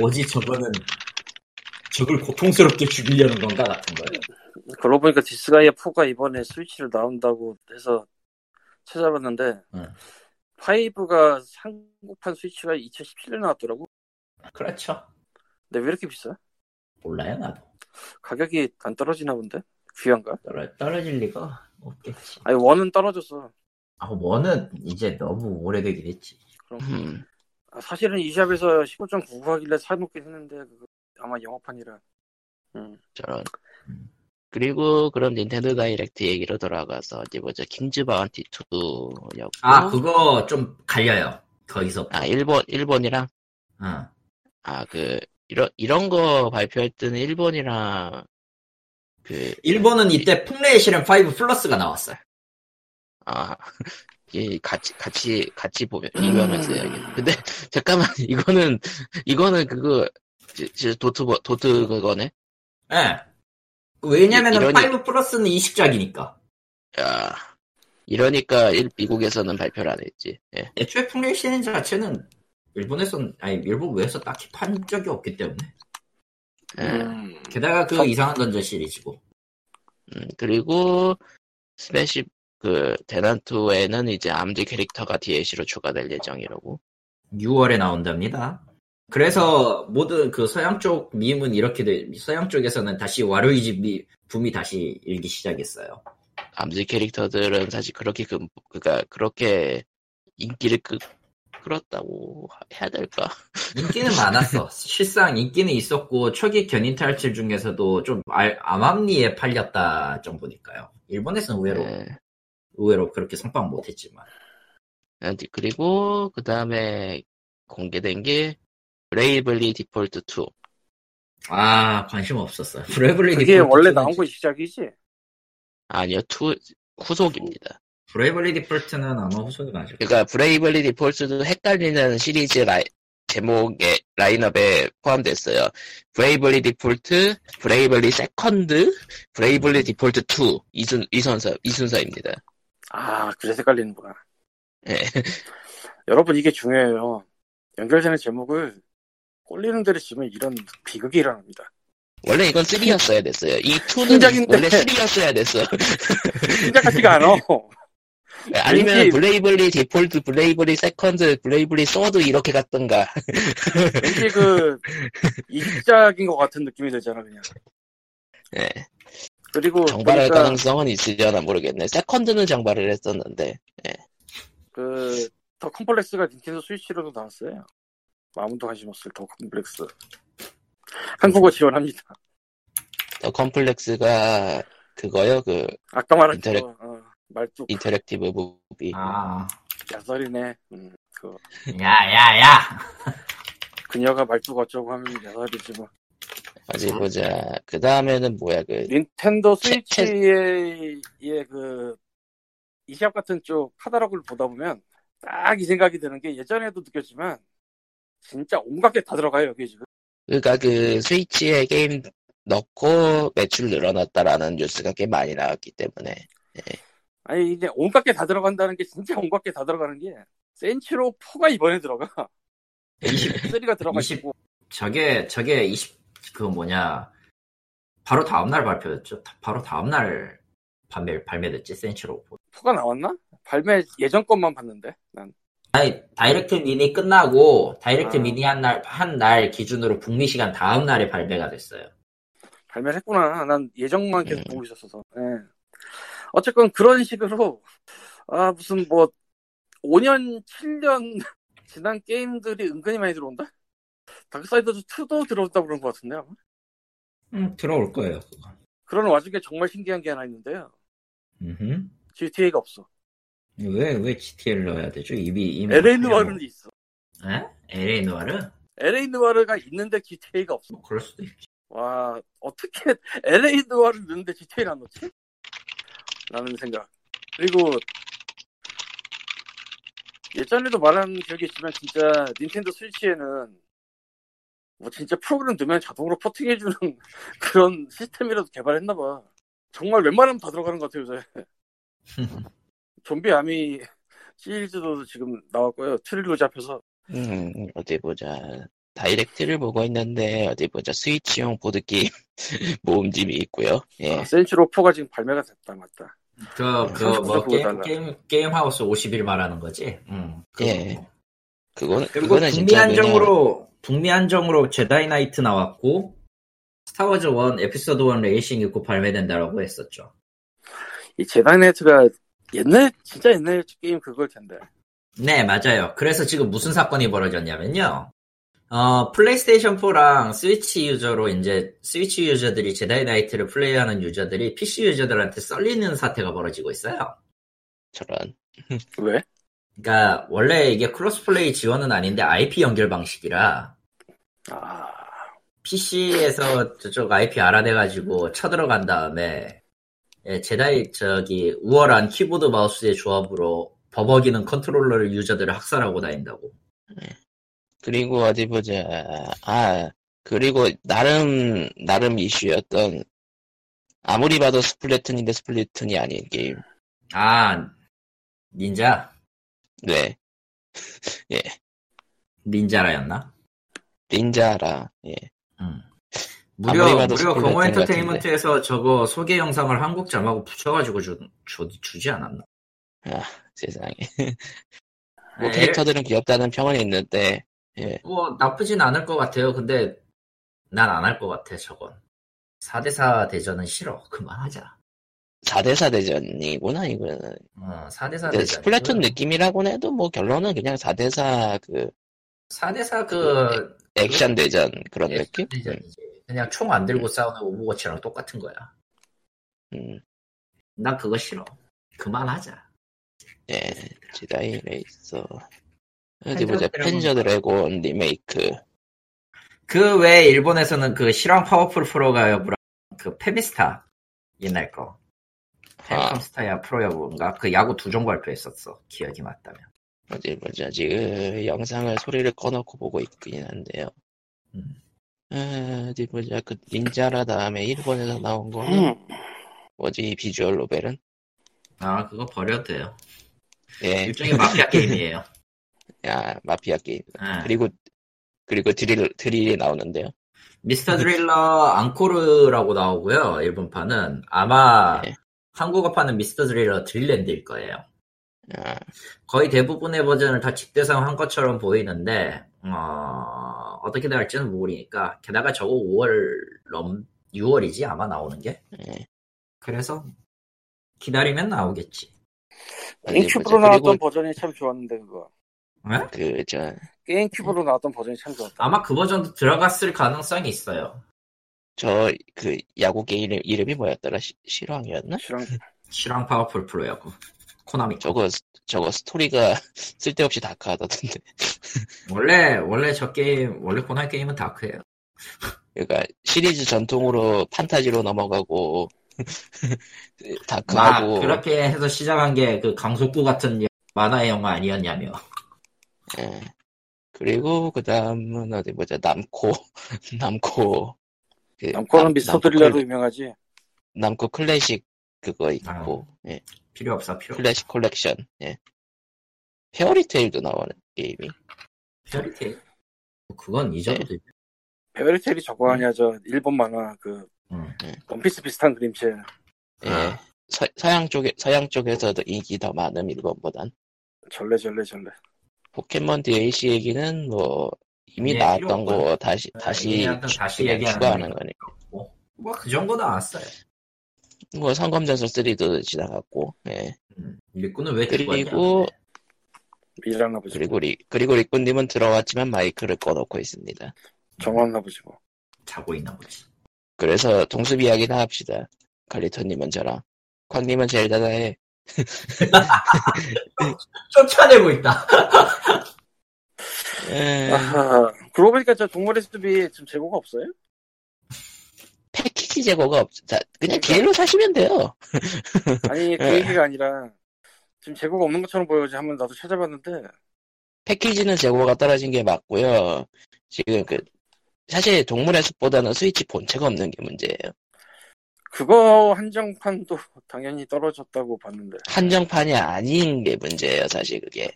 Speaker 2: 뭐지 저거는 저걸 고통스럽게 죽이려는 건가 같은 거예요.
Speaker 3: 그러고 보니까 디스가이아 4가 이번에 스위치를 나온다고 해서 찾아봤는데
Speaker 2: 네.
Speaker 3: 5가 한국판 스위치가 2017년에 나왔더라고
Speaker 2: 그렇죠.
Speaker 3: 근데 왜 이렇게 비싸?
Speaker 2: 몰라요 나도.
Speaker 3: 가격이 안 떨어지나 본데? 귀한가?
Speaker 2: 떨어, 떨어질 리가 없겠지.
Speaker 3: 아니 원은 떨어졌어
Speaker 2: 아 원은 이제 너무 오래되긴 했지.
Speaker 1: 음.
Speaker 3: 아, 사실은 이 샵에서 15.99 하길래 사놓긴 했는데 그거 아마 영어판이라
Speaker 1: 저런. 그리고 그럼 닌텐도 다이렉트 얘기로 돌아가서 어디 보자. 킹즈 바운티 2였고
Speaker 2: 아 그거 좀 갈려요. 거기서.
Speaker 1: 아, 일본 일본이랑
Speaker 2: 어.
Speaker 1: 아 그 이런 이런 거 발표할 때는 일본이랑 그
Speaker 2: 일본은 이때 풍래의 실험 5 플러스가 나왔어요.
Speaker 1: 아, [laughs] 이 같이 같이 같이 보면 비교하면서 이야기. 근데 [laughs] 잠깐만 이거는 이거는 그거 지- 지- 도트 버- 도트 그거네.
Speaker 2: 예. 왜냐면은
Speaker 1: 이러니-
Speaker 2: 5 플러스는 20작이니까.
Speaker 1: 야, 아, 이러니까 일- 미국에서는 발표를 안 했지. 예.
Speaker 2: 애초에 풍력 시행 자체는 일본에서 아니 일본 외에서 딱히 판 적이 없기 때문에
Speaker 1: 예.
Speaker 3: 음.
Speaker 2: 게다가 그
Speaker 1: 성-
Speaker 2: 이상한 던전 시리즈고
Speaker 1: 음, 그리고 스매시 그 대난투에는 이제 암즈 캐릭터가 DLC로 추가될 예정이라고.
Speaker 2: 6월에 나온답니다. 그래서 모든 그 서양 쪽 밈은 이렇게 돼 서양 쪽에서는 다시 와루이지 미- 붐이 다시 일기 시작했어요.
Speaker 1: 암즈 캐릭터들은 사실 그렇게 그 그가 그렇게 인기를 끄, 끌었다고 해야 될까?
Speaker 2: 인기는
Speaker 1: [laughs]
Speaker 2: 많았어. 실상 인기는 있었고 초기 견인 탈출 중에서도 좀 알- 암암리에 팔렸다 정도니까요. 일본에서는 의외로
Speaker 1: 예.
Speaker 2: 의외로 그렇게 성방 못했지만
Speaker 1: 아, 디- 그리고 그 다음에 공개된 게 브레이블리 디폴트 2.
Speaker 2: 아 관심 없었어요. 브레이블리
Speaker 3: 그게
Speaker 2: 디폴트
Speaker 3: 원래
Speaker 2: 2는
Speaker 3: 나온 거 시작이지.
Speaker 1: 아니요, 2 후속입니다.
Speaker 2: 브레이블리 디폴트는 아마 후속이 맞을 거예요.
Speaker 1: 그러니까 브레이블리 디폴트도 헷갈리는 시리즈 라이, 제목의 라인업에 포함됐어요. 브레이블리 디폴트, 브레이블리 세컨드, 브레이블리 디폴트 2. 이순, 이 순서, 이 순서입니다.
Speaker 3: 아, 그래서 헷갈리는구나.
Speaker 1: 예.
Speaker 3: [laughs] 여러분, 이게 중요해요. 연결되는 제목을 꼴리는 대로 지면 이런 비극이 일어납니다.
Speaker 1: 원래 이건 3였어야 됐어요. 이 2는
Speaker 3: 신작인데.
Speaker 1: 원래 3였어야
Speaker 3: [laughs]
Speaker 1: 됐어.
Speaker 3: 진짜 같지가
Speaker 1: [laughs]
Speaker 3: 않아.
Speaker 1: 아니면
Speaker 3: 왠지-
Speaker 1: 브레이블리 디폴트, 브레이블리 세컨드, 브레이블리 소드 이렇게 갔던가.
Speaker 3: 어, 왠지 그, 이기작인 것 같은 느낌이 들잖아, 그냥.
Speaker 1: 네.
Speaker 3: 그리고,
Speaker 1: 정발할
Speaker 3: 보니까
Speaker 1: 가능성은 있으려나 모르겠네. 세컨드는 정발을 했었는데.
Speaker 3: 그, 더 컴플렉스가 닌텐도 스위치로도 나왔어요. 아무도 관심 없을 더 컴플렉스. 한국어 지원합니다.
Speaker 1: 더 컴플렉스가 그거요. 그
Speaker 3: 아까 말한
Speaker 1: 인터넷-
Speaker 3: 그거, 어, 말뚝
Speaker 1: 인터랙티브 무비.
Speaker 2: 아
Speaker 3: 야설이네. 음, 그
Speaker 2: 야야야
Speaker 3: 그녀가 말뚝 어쩌고 하면 야설이지 뭐.
Speaker 1: 어디 보자. 그 다음에는 뭐야 그
Speaker 3: 닌텐도
Speaker 1: 채- 채-
Speaker 3: 스위치의 의 그, 이샵 같은 쪽 카다로그를 보다 보면 딱 이 생각이 드는 게 예전에도 느꼈지만 진짜 온갖 게 다 들어가요, 여기 지금.
Speaker 1: 그러니까 그 스위치에 게임 넣고 매출 늘어났다라는 뉴스가 꽤 많이 나왔기 때문에
Speaker 3: 아니, 이제 온갖 게 다 들어간다는 게 진짜 온갖 게 다 들어가는 게 센치로 4가 이번에 들어가. [laughs] 3가 들어가
Speaker 2: 이십-
Speaker 3: 있고.
Speaker 2: 저게 저게 20그 뭐냐 바로 다음 날 발표됐죠. 다- 바로 다음 날 발매 발매됐지 센치로.
Speaker 3: 4가 나왔나? 발매 예전 것만 봤는데, 난.
Speaker 2: 아니 다이렉트 미니 끝나고 다이렉트
Speaker 3: 아.
Speaker 2: 미니 한 날 한 날 기준으로 북미 시간 다음 날에 발매가 됐어요.
Speaker 3: 발매를 했구나. 난 예정만 계속 보고 있었어서. 예. 어쨌건 그런 식으로, 아, 무슨 뭐, 5년, 7년 [laughs] 지난 게임들이 은근히 많이 들어온다? 다크사이더즈 2도 들어온다 그런 것 같은데, 아마?
Speaker 2: 음 들어올 거예요. 그건.
Speaker 3: 그런 와중에 정말 신기한 게 하나 있는데요.
Speaker 2: 음.
Speaker 3: GTA가 없어.
Speaker 2: 왜왜 GTA를 넣어야 되죠? 이미 이미
Speaker 3: LA 누아르는 있어.
Speaker 2: 에? LA 누아르?
Speaker 3: LA 누아르가 있는데 GTA가 없어.
Speaker 2: 뭐 그럴 수도 있지.
Speaker 3: 와, 어떻게 [laughs] LA 누아를 넣는데 디테일 안 넣지? 라는 생각. 그리고 예전에도 말한 기억이 있지만 진짜 닌텐도 스위치에는 뭐 진짜 프로그램 넣으면 자동으로 포팅해주는 [laughs] 그런 시스템이라도 개발했나봐. 정말 웬만하면 다 들어가는 것 같아요, 요새. 좀비 아미 [laughs] 시리즈도 지금 나왔고요. 트릴로 잡혀서.
Speaker 1: 음, 어디 보자. 다이렉트를 보고 있는데 어디 보자. 스위치용 보드 게임 [laughs] 모음집이 있고요. 예.
Speaker 3: 아, 센츄로 4가 지금 발매가 됐다, 맞다.
Speaker 2: 그그뭐
Speaker 3: 그거
Speaker 2: 게임,
Speaker 3: 달라.
Speaker 2: 게임 게임 하우스 50일 말하는 거지. 음. 그거.
Speaker 1: 예. 그거는
Speaker 2: 그리고
Speaker 1: 그거는
Speaker 2: 북미
Speaker 1: 진짜 그냥
Speaker 2: 한정으로 북미 한정으로 제다이 나이트 나왔고 스타워즈 1 에피소드 1 레이싱 있고 발매된다라고 했었죠.
Speaker 3: 이 제다이네트가 옛날, 진짜 옛날 게임 그걸 텐데.
Speaker 2: 네, 맞아요. 그래서 지금 무슨 사건이 벌어졌냐면요. 어, 플레이스테이션 4랑 스위치 유저로 이제 스위치 유저들이 제다이 나이트를 플레이하는 유저들이 PC 유저들한테 썰리는 사태가 벌어지고 있어요.
Speaker 1: 저런.
Speaker 3: 왜?
Speaker 2: 그러니까 원래 이게 크로스 플레이 지원은 아닌데 IP 연결 방식이라
Speaker 3: 아,
Speaker 2: PC에서 저쪽 IP 알아내가지고 쳐들어간 다음에 예, 제다이 저기 우월한 키보드 마우스의 조합으로 버벅이는 컨트롤러를 유저들을 학살하고 다닌다고.
Speaker 1: 그리고 어디 보자. 아, 그리고 나름 나름 이슈였던 아무리 봐도 스플래툰인데 스플래툰이 아닌 게임.
Speaker 2: 아 닌자?
Speaker 1: 네.
Speaker 2: 닌자라였나?
Speaker 1: 닌자라. 예.
Speaker 2: 무료,
Speaker 1: 아무리 봐도
Speaker 2: 무료
Speaker 1: 스포일러 했던
Speaker 2: 공호
Speaker 1: 것
Speaker 2: 엔터테인먼트에서 저거 소개 영상을 한국 자막으로 붙여가지고 주, 주, 주지 않았나?
Speaker 1: 뭐 세상에. 뭐
Speaker 2: 에,
Speaker 1: 캐릭터들은 귀엽다는 평은 있는데 예.
Speaker 2: 예. 뭐 나쁘진 않을 것 같아요. 근데 난 안 할 것 같아 저건. 4대4 대전은 싫어. 그만하자.
Speaker 1: 4대4 대전이구나 이거는.
Speaker 2: 어, 4대4
Speaker 1: 근데
Speaker 2: 대전.
Speaker 1: 스플래툰 느낌이라고는 해도 뭐 결론은 그냥 4대4 그
Speaker 2: 4대4 그
Speaker 1: 액션 대전 그런
Speaker 2: 네, 액션
Speaker 1: 느낌? 예.
Speaker 2: 대전이지. 그냥 총 안 들고 싸우는 오버워치랑 똑같은 거야.
Speaker 1: 음,
Speaker 2: 난 그거 싫어. 그만하자.
Speaker 1: 예. 지다이 레이서. 어디
Speaker 2: 펜저
Speaker 1: 보자.
Speaker 2: 드래곤.
Speaker 1: 펜저 드래곤 리메이크.
Speaker 2: 네, 그 외에 일본에서는 그 실황 파워풀 프로가 여부라 그 페미스타 옛날 거
Speaker 1: 아,
Speaker 2: 페미스타야 프로 여부인가 그 야구 두 종 발표했었어 기억이 맞다면
Speaker 1: 어디 보자. 지금 영상을 소리를 꺼놓고 보고 있긴 한데요.
Speaker 2: 음.
Speaker 1: 아, 어디 보자. 그 닌자라 다음에 일본에서 나온 거.
Speaker 3: 음.
Speaker 1: 뭐지? 이 비주얼 노벨은?
Speaker 2: 아 그거 버려도 돼요
Speaker 1: 예.
Speaker 2: 일종의 마피아
Speaker 1: [laughs]
Speaker 2: 게임이에요
Speaker 1: 야, 마피아 게임.
Speaker 2: 예.
Speaker 1: 그리고 그리고 드릴 드릴이 나오는데요.
Speaker 2: 미스터 드릴러 앙코르라고 나오고요 일본판은 아마
Speaker 1: 예.
Speaker 2: 한국어판은 미스터 드릴러 드릴랜드일 거예요
Speaker 1: 아,
Speaker 2: 거의 대부분의 버전을 다 집대상 한 것처럼 보이는데 어, 어떻게 될지는 모르니까 게다가 저거 5월 넘 6월이지 아마 나오는 게
Speaker 1: 예.
Speaker 2: 그래서 기다리면 나오겠지
Speaker 1: 그리고
Speaker 3: 게임큐브로 나왔던 버전이 참 좋았는데 그거.
Speaker 1: 그저
Speaker 3: 게임큐브로 나왔던 버전이 참 좋았다.
Speaker 2: 아마 그 버전도 들어갔을 가능성이 있어요
Speaker 1: 저 그 야구 게임 이름- 이름이 뭐였더라? 시- 실황이었나?
Speaker 3: 실황.
Speaker 2: 실황 파워풀 프로야구 코나미
Speaker 1: 저거 스- 저거 스토리가 [laughs] 쓸데없이 다크하다던데.
Speaker 2: 원래 원래 저 게임 원래 코나 게임은 다크예요
Speaker 1: 그러니까 시리즈 전통으로 판타지로 넘어가고 다크하고
Speaker 2: 막 아, 그렇게 해서 시작한 게 그 강속구 같은 만화의 영화 아니었냐며
Speaker 1: 예. 그리고 그 다음은 어디 보자 남코 [laughs] 남코 그
Speaker 3: 남코는
Speaker 1: 남-
Speaker 3: 미스터
Speaker 1: 남코
Speaker 3: 드릴러로
Speaker 1: 클-
Speaker 3: 유명하지.
Speaker 1: 남코 클래식 그거 있고
Speaker 2: 아.
Speaker 1: 예.
Speaker 2: 필요 없어 필요 없어
Speaker 1: 클래식 콜렉션. 예. 페어리테일도 나오는 게임이.
Speaker 2: 페어리테일 그건 잊어도 되지
Speaker 3: 베어리텔이 저거 아니야 저 일본 만화 그
Speaker 2: 응.
Speaker 3: 원피스 비슷한 그림체.
Speaker 1: 예.
Speaker 2: 아.
Speaker 1: 서, 서양 쪽에 서양 쪽에서도 인기 더 많음 일본보단.
Speaker 3: 절레 절레 절레.
Speaker 1: 포켓몬 DLC 얘기는 뭐 이미
Speaker 2: 예,
Speaker 1: 나왔던
Speaker 2: 필요 어,
Speaker 1: 거 다시 다시
Speaker 2: 이미 한번 다시
Speaker 1: 그냥
Speaker 2: 얘기하는
Speaker 1: 추가하는
Speaker 2: 거니까.
Speaker 1: 거니까.
Speaker 2: 뭐 그 정도 나왔어요.
Speaker 1: 뭐 성검전설 3도 지나갔고. 예.
Speaker 2: 음, 일꾼은 왜
Speaker 1: 그리고-
Speaker 2: 그리고
Speaker 3: 일하나 보지. 뭐.
Speaker 1: 그리고 리 그리고 리꾼님은 들어왔지만 마이크를 꺼놓고 있습니다.
Speaker 3: 정화나 보지 뭐.
Speaker 2: 자고 있나 보지.
Speaker 1: 그래서 동숲 이야기나 합시다. 갈리토님은 저랑 광님은 젤다다 해.
Speaker 2: 쫓아내고 있다.
Speaker 1: 예.
Speaker 3: 아하. 그러고 보니까 저 동물의 숲이 지금 재고가 없어요?
Speaker 1: 패키지 재고가 없. 자, 그냥
Speaker 2: 그러니까.
Speaker 1: 기일로 사시면 돼요.
Speaker 3: 아니 그
Speaker 1: 예.
Speaker 3: 얘기가 아니라 지금 재고가 없는 것처럼 보여가지고 한번 나도 찾아봤는데
Speaker 1: 패키지는 재고가 떨어진 게 맞고요. 지금 그 사실 동물의 숲보다는 스위치 본체가 없는 게 문제예요.
Speaker 3: 그거 한정판도 [laughs] 당연히 떨어졌다고 봤는데
Speaker 1: 한정판이 아닌 게 문제예요, 사실 그게.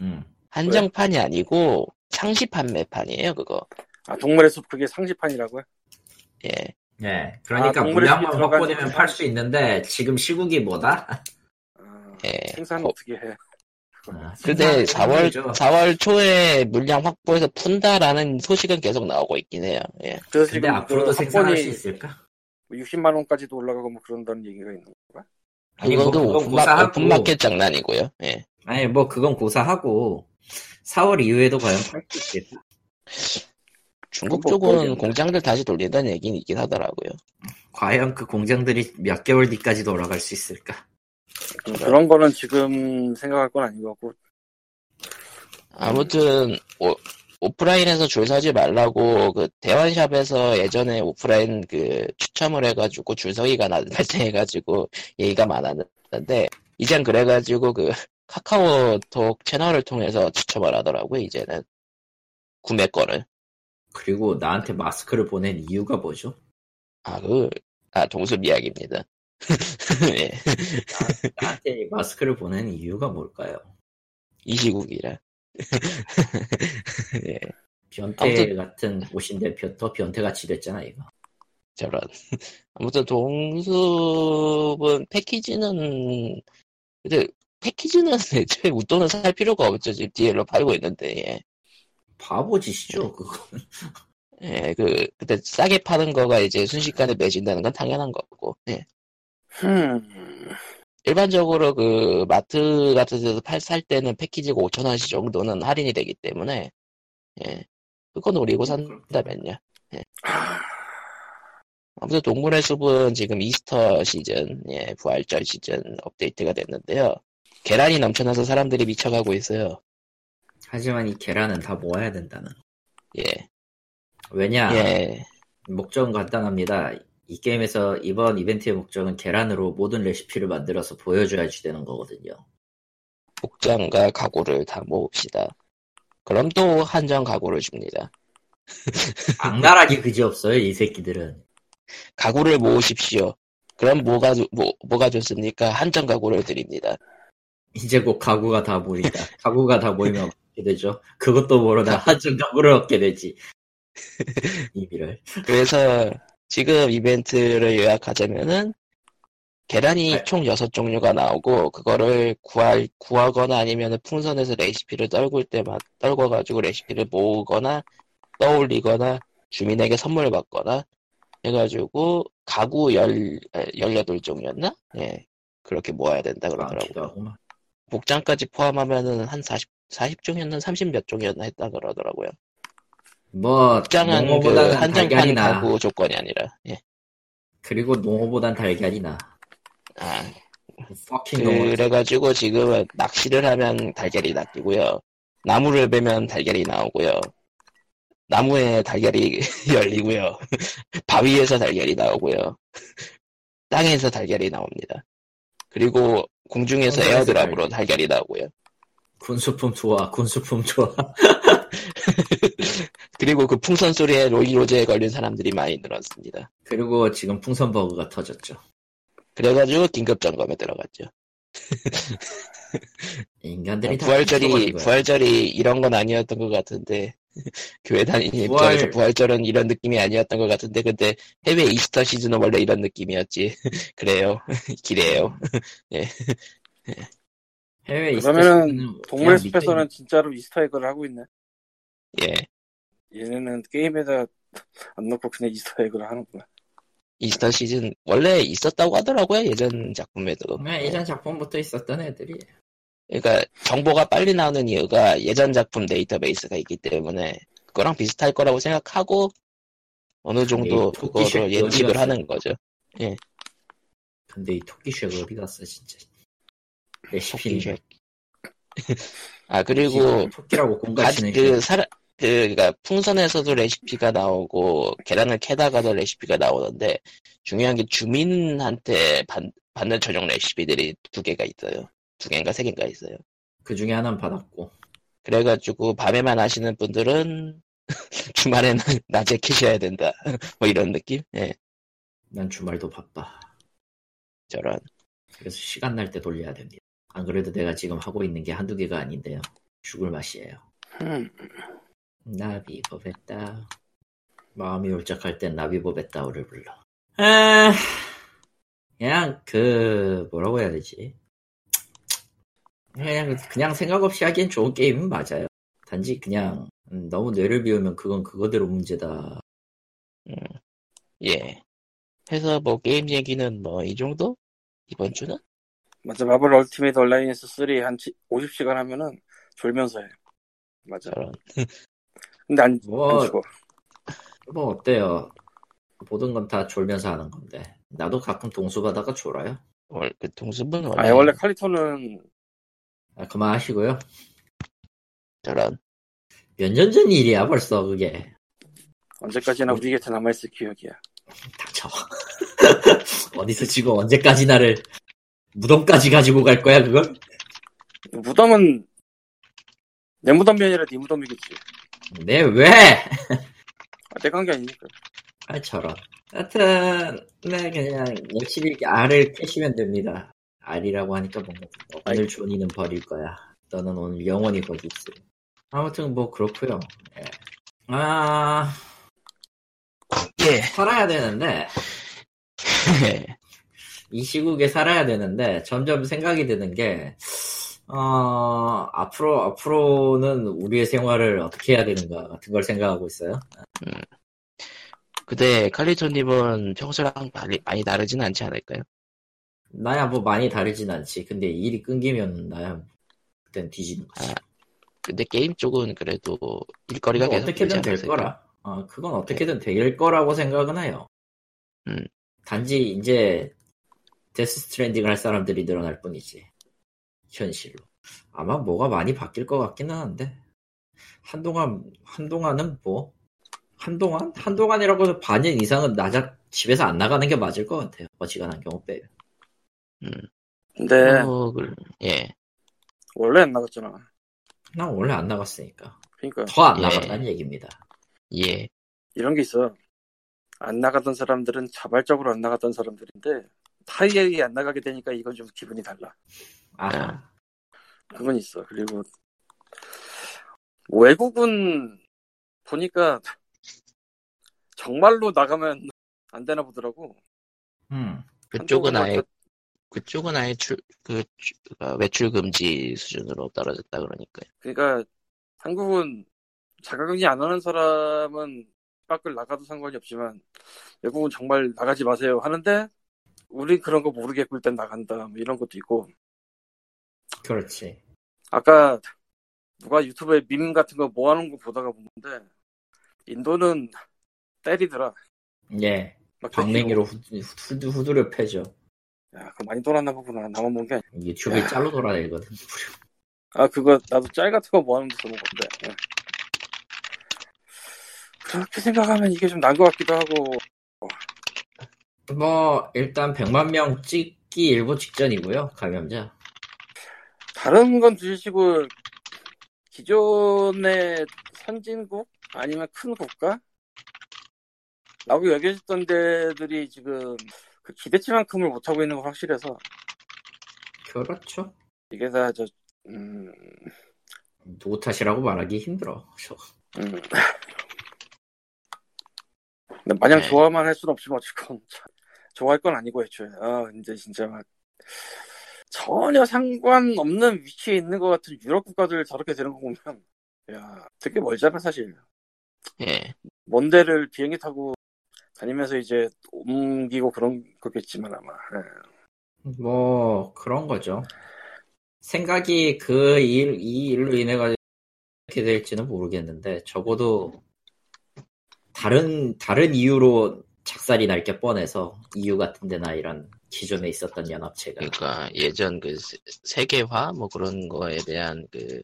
Speaker 2: 음.
Speaker 1: 한정판이 아니고 상시 판매판이에요, 그거.
Speaker 3: 아 동물의 숲 그게 상지판이라고요?
Speaker 1: 예.
Speaker 2: 네. 그러니까
Speaker 3: 아, 동물의
Speaker 2: 물량만
Speaker 3: 집이
Speaker 2: 확보되면
Speaker 3: 들어가니까.
Speaker 2: 팔 수 있는데 지금 시국이 뭐다?
Speaker 3: 아,
Speaker 1: 예.
Speaker 3: 생산
Speaker 1: 어.
Speaker 3: 어. 떻게 해?
Speaker 2: 아,
Speaker 1: 근데
Speaker 2: 생산
Speaker 1: 4월
Speaker 2: 힘들죠.
Speaker 1: 4월 초에 물량 확보해서 푼다라는 소식은 계속 나오고 있긴 해요. 예.
Speaker 3: 그래서
Speaker 2: 근데
Speaker 3: 지금
Speaker 2: 앞으로도
Speaker 3: 그
Speaker 2: 생산할
Speaker 3: 학번이
Speaker 2: 수 있을까?
Speaker 3: 60만 원까지도 올라가고 뭐 그런다는 얘기가 있는 거야?
Speaker 2: 아니 뭐
Speaker 1: 그건
Speaker 2: 그건
Speaker 1: 오픈마,
Speaker 2: 고사하고
Speaker 1: 오픈마켓 장난이고요. 예.
Speaker 2: 아니 뭐 그건 고사하고 4월 이후에도 과연 팔 수 있을까?
Speaker 1: 중국
Speaker 3: 그건 뭐
Speaker 1: 쪽은
Speaker 2: 모르겠네.
Speaker 1: 공장들 다시 돌린다는 얘기는 있긴 하더라고요.
Speaker 2: 과연 그 공장들이 몇 개월 뒤까지 돌아갈 수 있을까?
Speaker 3: 좀
Speaker 2: 그러니까.
Speaker 3: 그런 거는 지금 생각할 건 아닌 것 같고
Speaker 1: 아무튼 오, 오프라인에서 줄 서지 말라고 그 대원샵에서 예전에 오프라인 그 추첨을 해가지고 줄서기가 나- 발생해가지고 얘기가 많았는데 이젠 그래가지고 그 카카오톡 채널을 통해서 추첨을 하더라고요 이제는 구매 거를
Speaker 2: 그리고 나한테 마스크를 보낸 이유가 뭐죠?
Speaker 1: 아, 아그아 동숲 이야기입니다 [laughs] 예.
Speaker 2: 나한테 마스크를 보낸 이유가 뭘까요?
Speaker 1: 이 시국이라. 예,
Speaker 2: 변태
Speaker 1: 아무튼-
Speaker 2: 같은 옷인데 변- 더 변태같이 됐잖아 이거.
Speaker 1: 저런. [laughs] 아무튼 동숲은 패키지는 근데 패키지는 [laughs] 애초에 웃돈을 살 필요가 없죠. 지금 DL로 팔고 있는데 예.
Speaker 2: 바보 짓이죠 그거.
Speaker 1: 예, 그 근데 싸게 파는 거가 이제 순식간에 매진되는 건 당연한 거고. 예.
Speaker 2: 음.
Speaker 3: 흠.
Speaker 1: 일반적으로 그 마트 같은 데서 팔 살 때는 패키지가 5천 원씩 정도는 할인이 되기 때문에 예. 그거 노리고 산다면요. 예.
Speaker 3: 하,
Speaker 1: 아무튼 동물의 숲은 지금 이스터 시즌, 예, 부활절 시즌 업데이트가 됐는데요. 계란이 넘쳐나서 사람들이 미쳐가고 있어요.
Speaker 2: 하지만 이 계란은 다 모아야 된다는.
Speaker 1: 예,
Speaker 2: 왜냐
Speaker 1: 예,
Speaker 2: 목적은 간단합니다. 이 게임에서 이번 이벤트의 목적은 계란으로 모든 레시피를 만들어서 보여줘야지 되는 거거든요.
Speaker 1: 복장과 가구를 다 모읍시다. 그럼 또 한정 가구를 줍니다.
Speaker 2: 악랄하기 그지 없어요 이 새끼들은.
Speaker 1: 가구를 모으십시오. 그럼 뭐가, 좋- 뭐, 뭐가 좋습니까? 한정 가구를 드립니다.
Speaker 2: 이제 곧 가구가 다 모인다. 가구가 다 모이면 어떻게 되죠? 그것도 모르다 한정 가구를 얻게
Speaker 1: [laughs]
Speaker 2: 되지. 이비를.
Speaker 1: 그래서 지금 이벤트를 요약하자면은 계란이
Speaker 2: 네.
Speaker 1: 총 6종류가 나오고 그거를 구할, 구하거나 아니면 풍선에서 레시피를 떨굴 때만 떨궈가지고 레시피를 모으거나 떠올리거나 주민에게 선물 받거나 해가지고 가구 열, 18종이었나? 예. 그렇게 모아야 된다
Speaker 2: 많기도
Speaker 1: 그러더라고요.
Speaker 2: 하고만.
Speaker 1: 복장까지 포함하면은 한 40, 40종이었나 30 몇 종이었나 했다 그러더라고요.
Speaker 2: 뭐
Speaker 1: 복장은 그
Speaker 2: 농어보다는 달걀이
Speaker 1: 한정판
Speaker 2: 나.
Speaker 1: 가구 조건이 아니라, 예.
Speaker 2: 그리고 농어보단 달걀이 나.
Speaker 1: 아,
Speaker 2: 퍼킹 농어.
Speaker 1: 그래가지고 지금은 낚시를 하면 달걀이 낚이고요. 나무를 베면 달걀이 나오고요. 나무에 달걀이 [laughs] 열리고요. 바위에서 달걀이 나오고요. [laughs] 땅에서 달걀이 나옵니다. 그리고 공중에서
Speaker 2: 공중에서
Speaker 1: 에어드랍으로 달걀이 나오고요.
Speaker 2: 군수품 좋아. 군수품 좋아.
Speaker 1: 그리고 그 풍선 소리에 로이로제에 걸린 사람들이 많이 늘었습니다.
Speaker 2: 그리고 지금 풍선 버그가 터졌죠.
Speaker 1: 그래가지고 긴급 점검에 들어갔죠.
Speaker 2: 인간들이 다
Speaker 1: 어, 부활절이
Speaker 2: 미쳐버린 거야.
Speaker 1: 부활절이 이런 건 아니었던 것 같은데 [laughs] 교회 다니는
Speaker 2: 부활-
Speaker 1: 입장에서 부활절은 이런 느낌이 아니었던 것 같은데 근데 해외 이스터 시즌은 원래 이런 느낌이었지 [laughs] 그래요 기대요
Speaker 2: 해외
Speaker 3: 그러면은 동물의 숲에서는 진짜로 이스터 에그를 하고 있네.
Speaker 1: 예
Speaker 3: 얘네는 게임에다 [laughs] 안 넣고 그냥 이스터 에그를 하는구나.
Speaker 1: 이스터 시즌 원래 있었다고 하더라고요 예전 작품에도
Speaker 2: 그냥 네, 예전 작품부터 있었던 애들이
Speaker 1: 그러니까 정보가 빨리 나오는 이유가 예전 작품 데이터베이스가 있기 때문에 그거랑 비슷할 거라고 생각하고 어느 정도
Speaker 2: 이 네, 토끼 새-
Speaker 1: 그거를 예측을
Speaker 2: 어디가
Speaker 1: 하는 거죠
Speaker 2: 근데 이 토끼쉐가 어디 갔어 진짜
Speaker 1: 토끼
Speaker 2: 레시피는
Speaker 1: [laughs] 아 그리고
Speaker 2: 토끼라고
Speaker 1: 가지
Speaker 2: 공가치는
Speaker 1: 그 사람 그 그러니까 풍선에서도 레시피가 나오고 계란을 캐다가도 레시피가 나오는데 중요한 게 주민한테 받, 받는 전용 레시피들이 두 개가 있어요. 두 개인가 세 개인가 있어요.
Speaker 2: 그 중에 하나는 받았고
Speaker 1: 그래가지고 밤에만 하시는 분들은 [laughs] 주말에는 [laughs] 낮에 캐셔야 된다. [laughs] 뭐 이런 느낌? 예,
Speaker 2: 난 주말도 바빠
Speaker 1: 저런.
Speaker 2: 그래서 시간 날 때 돌려야 됩니다 안 그래도 내가 지금 하고 있는 게 한두 개가 아닌데요 죽을 맛이에요
Speaker 3: 흠.
Speaker 2: 나비 보베다 마음이 울적할 땐 나비 보베다오를 불러 아, 그냥 그 뭐라고 해야 되지 그냥 그냥 생각 없이 하기엔 좋은 게임은 맞아요 단지 그냥 음, 너무 뇌를 비우면 그건 그거대로 문제다
Speaker 1: 예. 해서 뭐 게임 얘기는 뭐 이 정도? 이번 주는?
Speaker 3: 맞아 마블 얼티메이트 온라인에서 3한 50시간 하면은 졸면서 해 맞아
Speaker 1: 저런.
Speaker 3: 근데 안, 안
Speaker 2: 뭐,
Speaker 3: 죽어
Speaker 2: 뭐 어때요 모든 건 다 졸면서 하는 건데 나도 가끔 동수바다가 졸아요
Speaker 1: 월, 그 동습은
Speaker 3: 아
Speaker 1: 원래
Speaker 3: 예, 원래 칼리토는
Speaker 2: 아, 그만하시고요
Speaker 1: 저런.
Speaker 2: 몇 년 전 일이야 벌써 그게
Speaker 3: 언제까지나 우리 곁에 남아있을 기억이야
Speaker 2: 닥쳐. [laughs] 어디서 지고 언제까지 나를 무덤까지 가지고 갈 거야, 그걸?
Speaker 3: 무덤은 내 무덤이 아니라 네 무덤이겠지
Speaker 2: 네, 왜?
Speaker 3: 아, 내가 한 게 아니니까
Speaker 2: 아, 저런. 하여튼, 네, 그냥, 역시 이렇게 R을 캐시면 됩니다. R이라고 하니까 뭐, 뭔가, 오늘 존이는 버릴 거야. 너는 오늘 영원히 거기 있어. 아무튼, 뭐, 그렇고요 예. 아,
Speaker 1: 예.
Speaker 2: 살아야 되는데, 이 시국에 살아야 되는데, 점점 생각이 드는 게, 어, 앞으로, 앞으로는 우리의 생활을 어떻게 해야 되는가, 같은 걸 생각하고 있어요.
Speaker 1: [laughs] 근데 칼리토님은 평소랑 달리- 많이 다르진 않지 않을까요?
Speaker 2: 나야 뭐 많이 다르진 않지. 근데 일이 끊기면 나야 그땐 뒤지는 거지.
Speaker 1: 근데 게임 쪽은 그래도 일거리가 계속
Speaker 2: 그거 뭐 어떻게든
Speaker 1: 늘지
Speaker 2: 될
Speaker 1: 않았을까요? 네.
Speaker 2: 거라. 어, 그건 어떻게든 될 거라고 생각은 해요.
Speaker 1: 음.
Speaker 2: 단지 이제 데스 스트랜딩을 할 사람들이 늘어날 뿐이지. 현실로. 아마 뭐가 많이 바뀔 것 같기는 한데. 한동안, 한동안은 뭐, 한동안? 한동안이라고 해서 반년 이상은 낮아, 집에서 안 나가는 게 맞을 것 같아요. 어지간한 경우 빼면.
Speaker 3: 근데
Speaker 1: 어, 그- 예.
Speaker 3: 원래 안 나갔잖아.
Speaker 2: 난 원래 안 나갔으니까.
Speaker 3: 그러니까
Speaker 2: 더 안
Speaker 1: 예.
Speaker 2: 나갔다는 얘기입니다.
Speaker 1: 예.
Speaker 3: 이런 게 있어. 안 나갔던 사람들은 자발적으로 안 나갔던 사람들인데 타이에 의해 안 나가게 되니까 이건 좀 기분이 달라.
Speaker 2: 아,
Speaker 3: 그건 있어. 그리고 외국은 보니까 정말로 나가면 안 되나 보더라고.
Speaker 2: 음.
Speaker 1: 그쪽은
Speaker 3: 한국은
Speaker 1: 아예
Speaker 3: 뭐
Speaker 1: 그쪽은 아예 출, 그, 출- 아, 외출 금지 수준으로 떨어졌다 그러니까요.
Speaker 3: 그러니까 한국은 자가격리 안 하는 사람은 밖을 나가도 상관이 없지만 외국은 정말 나가지 마세요 하는데 우린 그런 거 모르겠고 일단 나간다 뭐 이런 것도 있고
Speaker 2: 그렇지.
Speaker 3: 아까 누가 유튜브에 밈 같은 거 모아놓은 거 보다가 보는데 인도는 때리더라
Speaker 2: 예.
Speaker 3: 막
Speaker 2: 방맹이로 후, 후, 후두려 패죠.
Speaker 3: 야, 그거 많이 돌았나 보구나 나만 본 게 아니야
Speaker 2: 유튜브에 짤로 돌아다니거든.
Speaker 3: 아 그거 나도 짤 같은 거 모아놓은 거 보는 건데 예. 그렇게 생각하면 이게 좀 난 것 같기도 하고
Speaker 2: 뭐, 일단 100만 명 찍기 일보 직전이고요. 감염자.
Speaker 3: 다른 건 둘이시고 기존의 선진국 아니면 큰 국가 라고 여겨졌던 데들이 지금 그 기대치만큼을 못하고 있는 건 확실해서
Speaker 2: 그렇죠.
Speaker 3: 이게 다저 음,
Speaker 2: 누구 탓이라고 말하기 힘들어. [laughs] 저-
Speaker 3: 음. 근데 마냥
Speaker 1: 네.
Speaker 3: 좋아만 할 수는 없지만 어쨌건 참, 좋아할 건 아니고 애초에 아 근데 진짜 막 전혀 상관없는 위치에 있는 것 같은 유럽 국가들 저렇게 되는 거 보면 야 되게 멀잖아 사실
Speaker 1: 예.
Speaker 3: 먼 데를 비행기 타고 다니면서 이제 옮기고 그런 거겠지만 아마 예.
Speaker 2: 뭐, 그런 거죠. 생각이 그 일, 이 일로 인해가지고 어떻게 될지는 모르겠는데, 적어도 다른, 다른 이유로 작살이 날 게 뻔해서, 이유 같은 데나 이런 기존에 있었던 연합체가.
Speaker 1: 그러니까 예전 그 세- 세계화 뭐 그런 거에 대한 그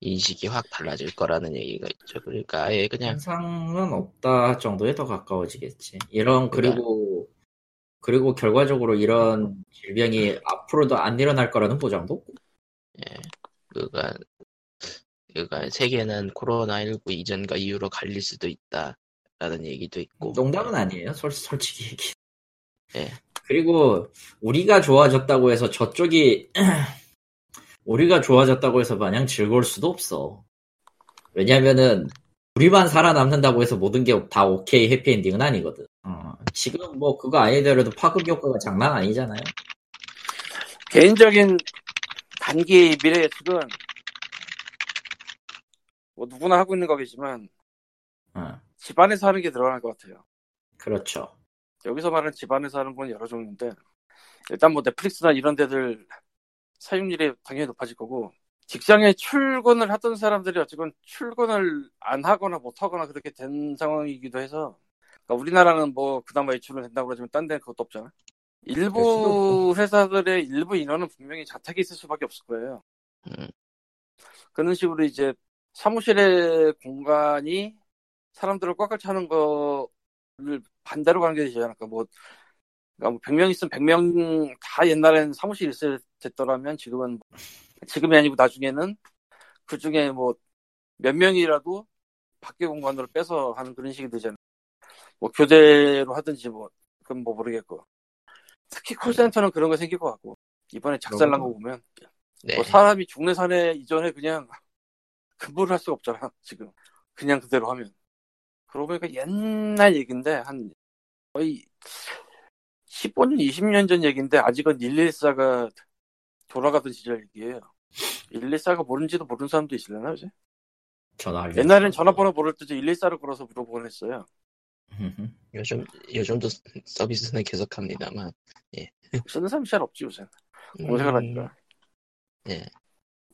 Speaker 1: 인식이 확 달라질 거라는 얘기가 있죠. 그러니까 아예 그냥
Speaker 2: 현상은 없다 정도에 더 가까워지겠지. 이런 그리고 그리고 결과적으로 이런 질병이 앞으로도 안 일어날 거라는 보장도 없고. 그
Speaker 1: 예, 그가 그가 세계는 코로나19 이전과 이후로 갈릴 수도 있다라는 얘기도 있고.
Speaker 2: 농담은 아니에요. 솔, 솔직히 얘기.
Speaker 1: 예.
Speaker 2: 그리고 우리가 좋아졌다고 해서 저쪽이 [clears throat] 우리가 좋아졌다고 해서 마냥 즐거울 수도 없어. 왜냐면은 우리만 살아남는다고 해서 모든 게 다 오케이 해피엔딩은 아니거든. 어, 지금 뭐 그거 아니더라도 파급 효과가 장난 아니잖아요.
Speaker 3: 개인적인 단기 미래 예측은 뭐 누구나 하고 있는 거겠지만
Speaker 2: 어,
Speaker 3: 집안에서 하는 게 늘어날 것 같아요.
Speaker 2: 그렇죠.
Speaker 3: 여기서 말하는 집안에서 하는 건 여러 종류인데 일단 뭐 넷플릭스나 이런 데들 사용률이 당연히 높아질 거고 직장에 출근을 하던 사람들이 어쨌건 출근을 안 하거나 못 하거나 그렇게 된 상황이기도 해서 그러니까 우리나라는 뭐 그나마 외출은 된다고 그러지만 딴 데는 그것도 없잖아
Speaker 2: 수도
Speaker 3: 일부 회사들의 일부 인원은 분명히 자택에 있을 수밖에 없을 거예요
Speaker 1: 음.
Speaker 3: 그런 식으로 이제 사무실의 공간이 사람들을 꽉꽉 차는 거를 반대로 가는 게 되지 않을까 뭐 그러니까 100명 있으면 100명 다 옛날엔 사무실 있을 됐더라면 지금은 지금이 아니고 나중에는 그 중에 뭐 몇 명이라도 밖에 공간으로 빼서 하는 그런 식이 되잖아요. 뭐 교대로 하든지 뭐 그건 뭐 모르겠고 특히 콜센터는 그런 거 생길 것 같고 이번에 작살난 거 보면
Speaker 1: 네.
Speaker 3: 뭐 사람이 죽네 사네 이전에 그냥 근무를 할 수가 없잖아 지금 그냥 그대로 하면 그러고 보니까 옛날 얘긴데 한 거의 15년 20년 전 얘긴데 아직은 114가 돌아가던 시절 얘기예요 114가 모른지도 모르는 사람도 있을려나 요새
Speaker 2: 전화할
Speaker 3: 옛날엔 전화번호
Speaker 2: [laughs]
Speaker 3: 모를 때 114로 걸어서 물어보곤 했어요
Speaker 1: 요즘 요즘도 서- 서비스는 계속합니다만
Speaker 3: 쓰는 사람이 잘 없지 요새
Speaker 1: 음,
Speaker 3: 검색을 하니까.
Speaker 1: 예.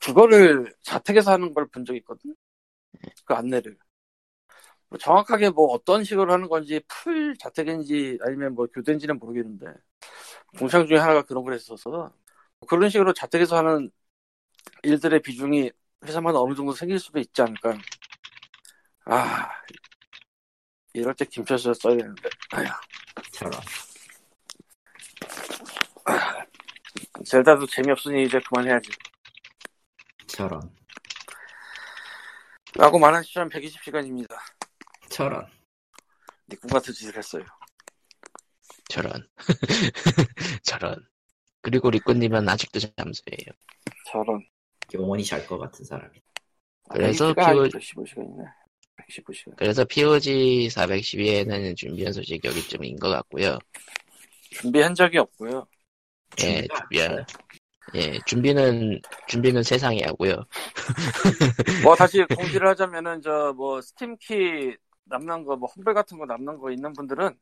Speaker 3: 그거를 자택에서 하는 걸 본 적이 있거든? 그 안내를. 뭐 정확하게 뭐 어떤 식으로 하는 건지, 풀 자택인지 아니면 뭐 교대인지는 모르겠는데, 공장 중에 하나가 그런 걸 했어서, 뭐 그런 식으로 자택에서 하는 일들의 비중이 회사마다 어느 정도 생길 수도 있지 않을까. 아, 이럴 때 김철수가 써야 되는데.
Speaker 2: 처럼
Speaker 3: 젤다도 재미없으니 이제 그만해야지.
Speaker 2: 저런
Speaker 3: 라고 말한 시간 120시간입니다. 네,
Speaker 2: 저런
Speaker 3: 니꿈 같은 짓을 했어요.
Speaker 1: 저런 [laughs] 저런 그리고 리꾸님은 아직도 잠수예요.
Speaker 3: 저런.
Speaker 2: 영원히 잘 것 같은 사람이
Speaker 1: 그래서
Speaker 3: 피워...
Speaker 1: 피워-
Speaker 3: 115시간이네. 115시간.
Speaker 1: 그래서 POG 412에는 준비한 소식 여기쯤인 것 같고요.
Speaker 3: 준비한 적이 [laughs] 없고요.
Speaker 1: 예,
Speaker 2: 준비가
Speaker 1: 준비한 예 준비는 준비는 세상이 하고요.
Speaker 3: 뭐 다시 공지를 하자면은 저 뭐 스팀키 남는 거, 뭐 홈벨 같은 거 남는 거 있는 분들은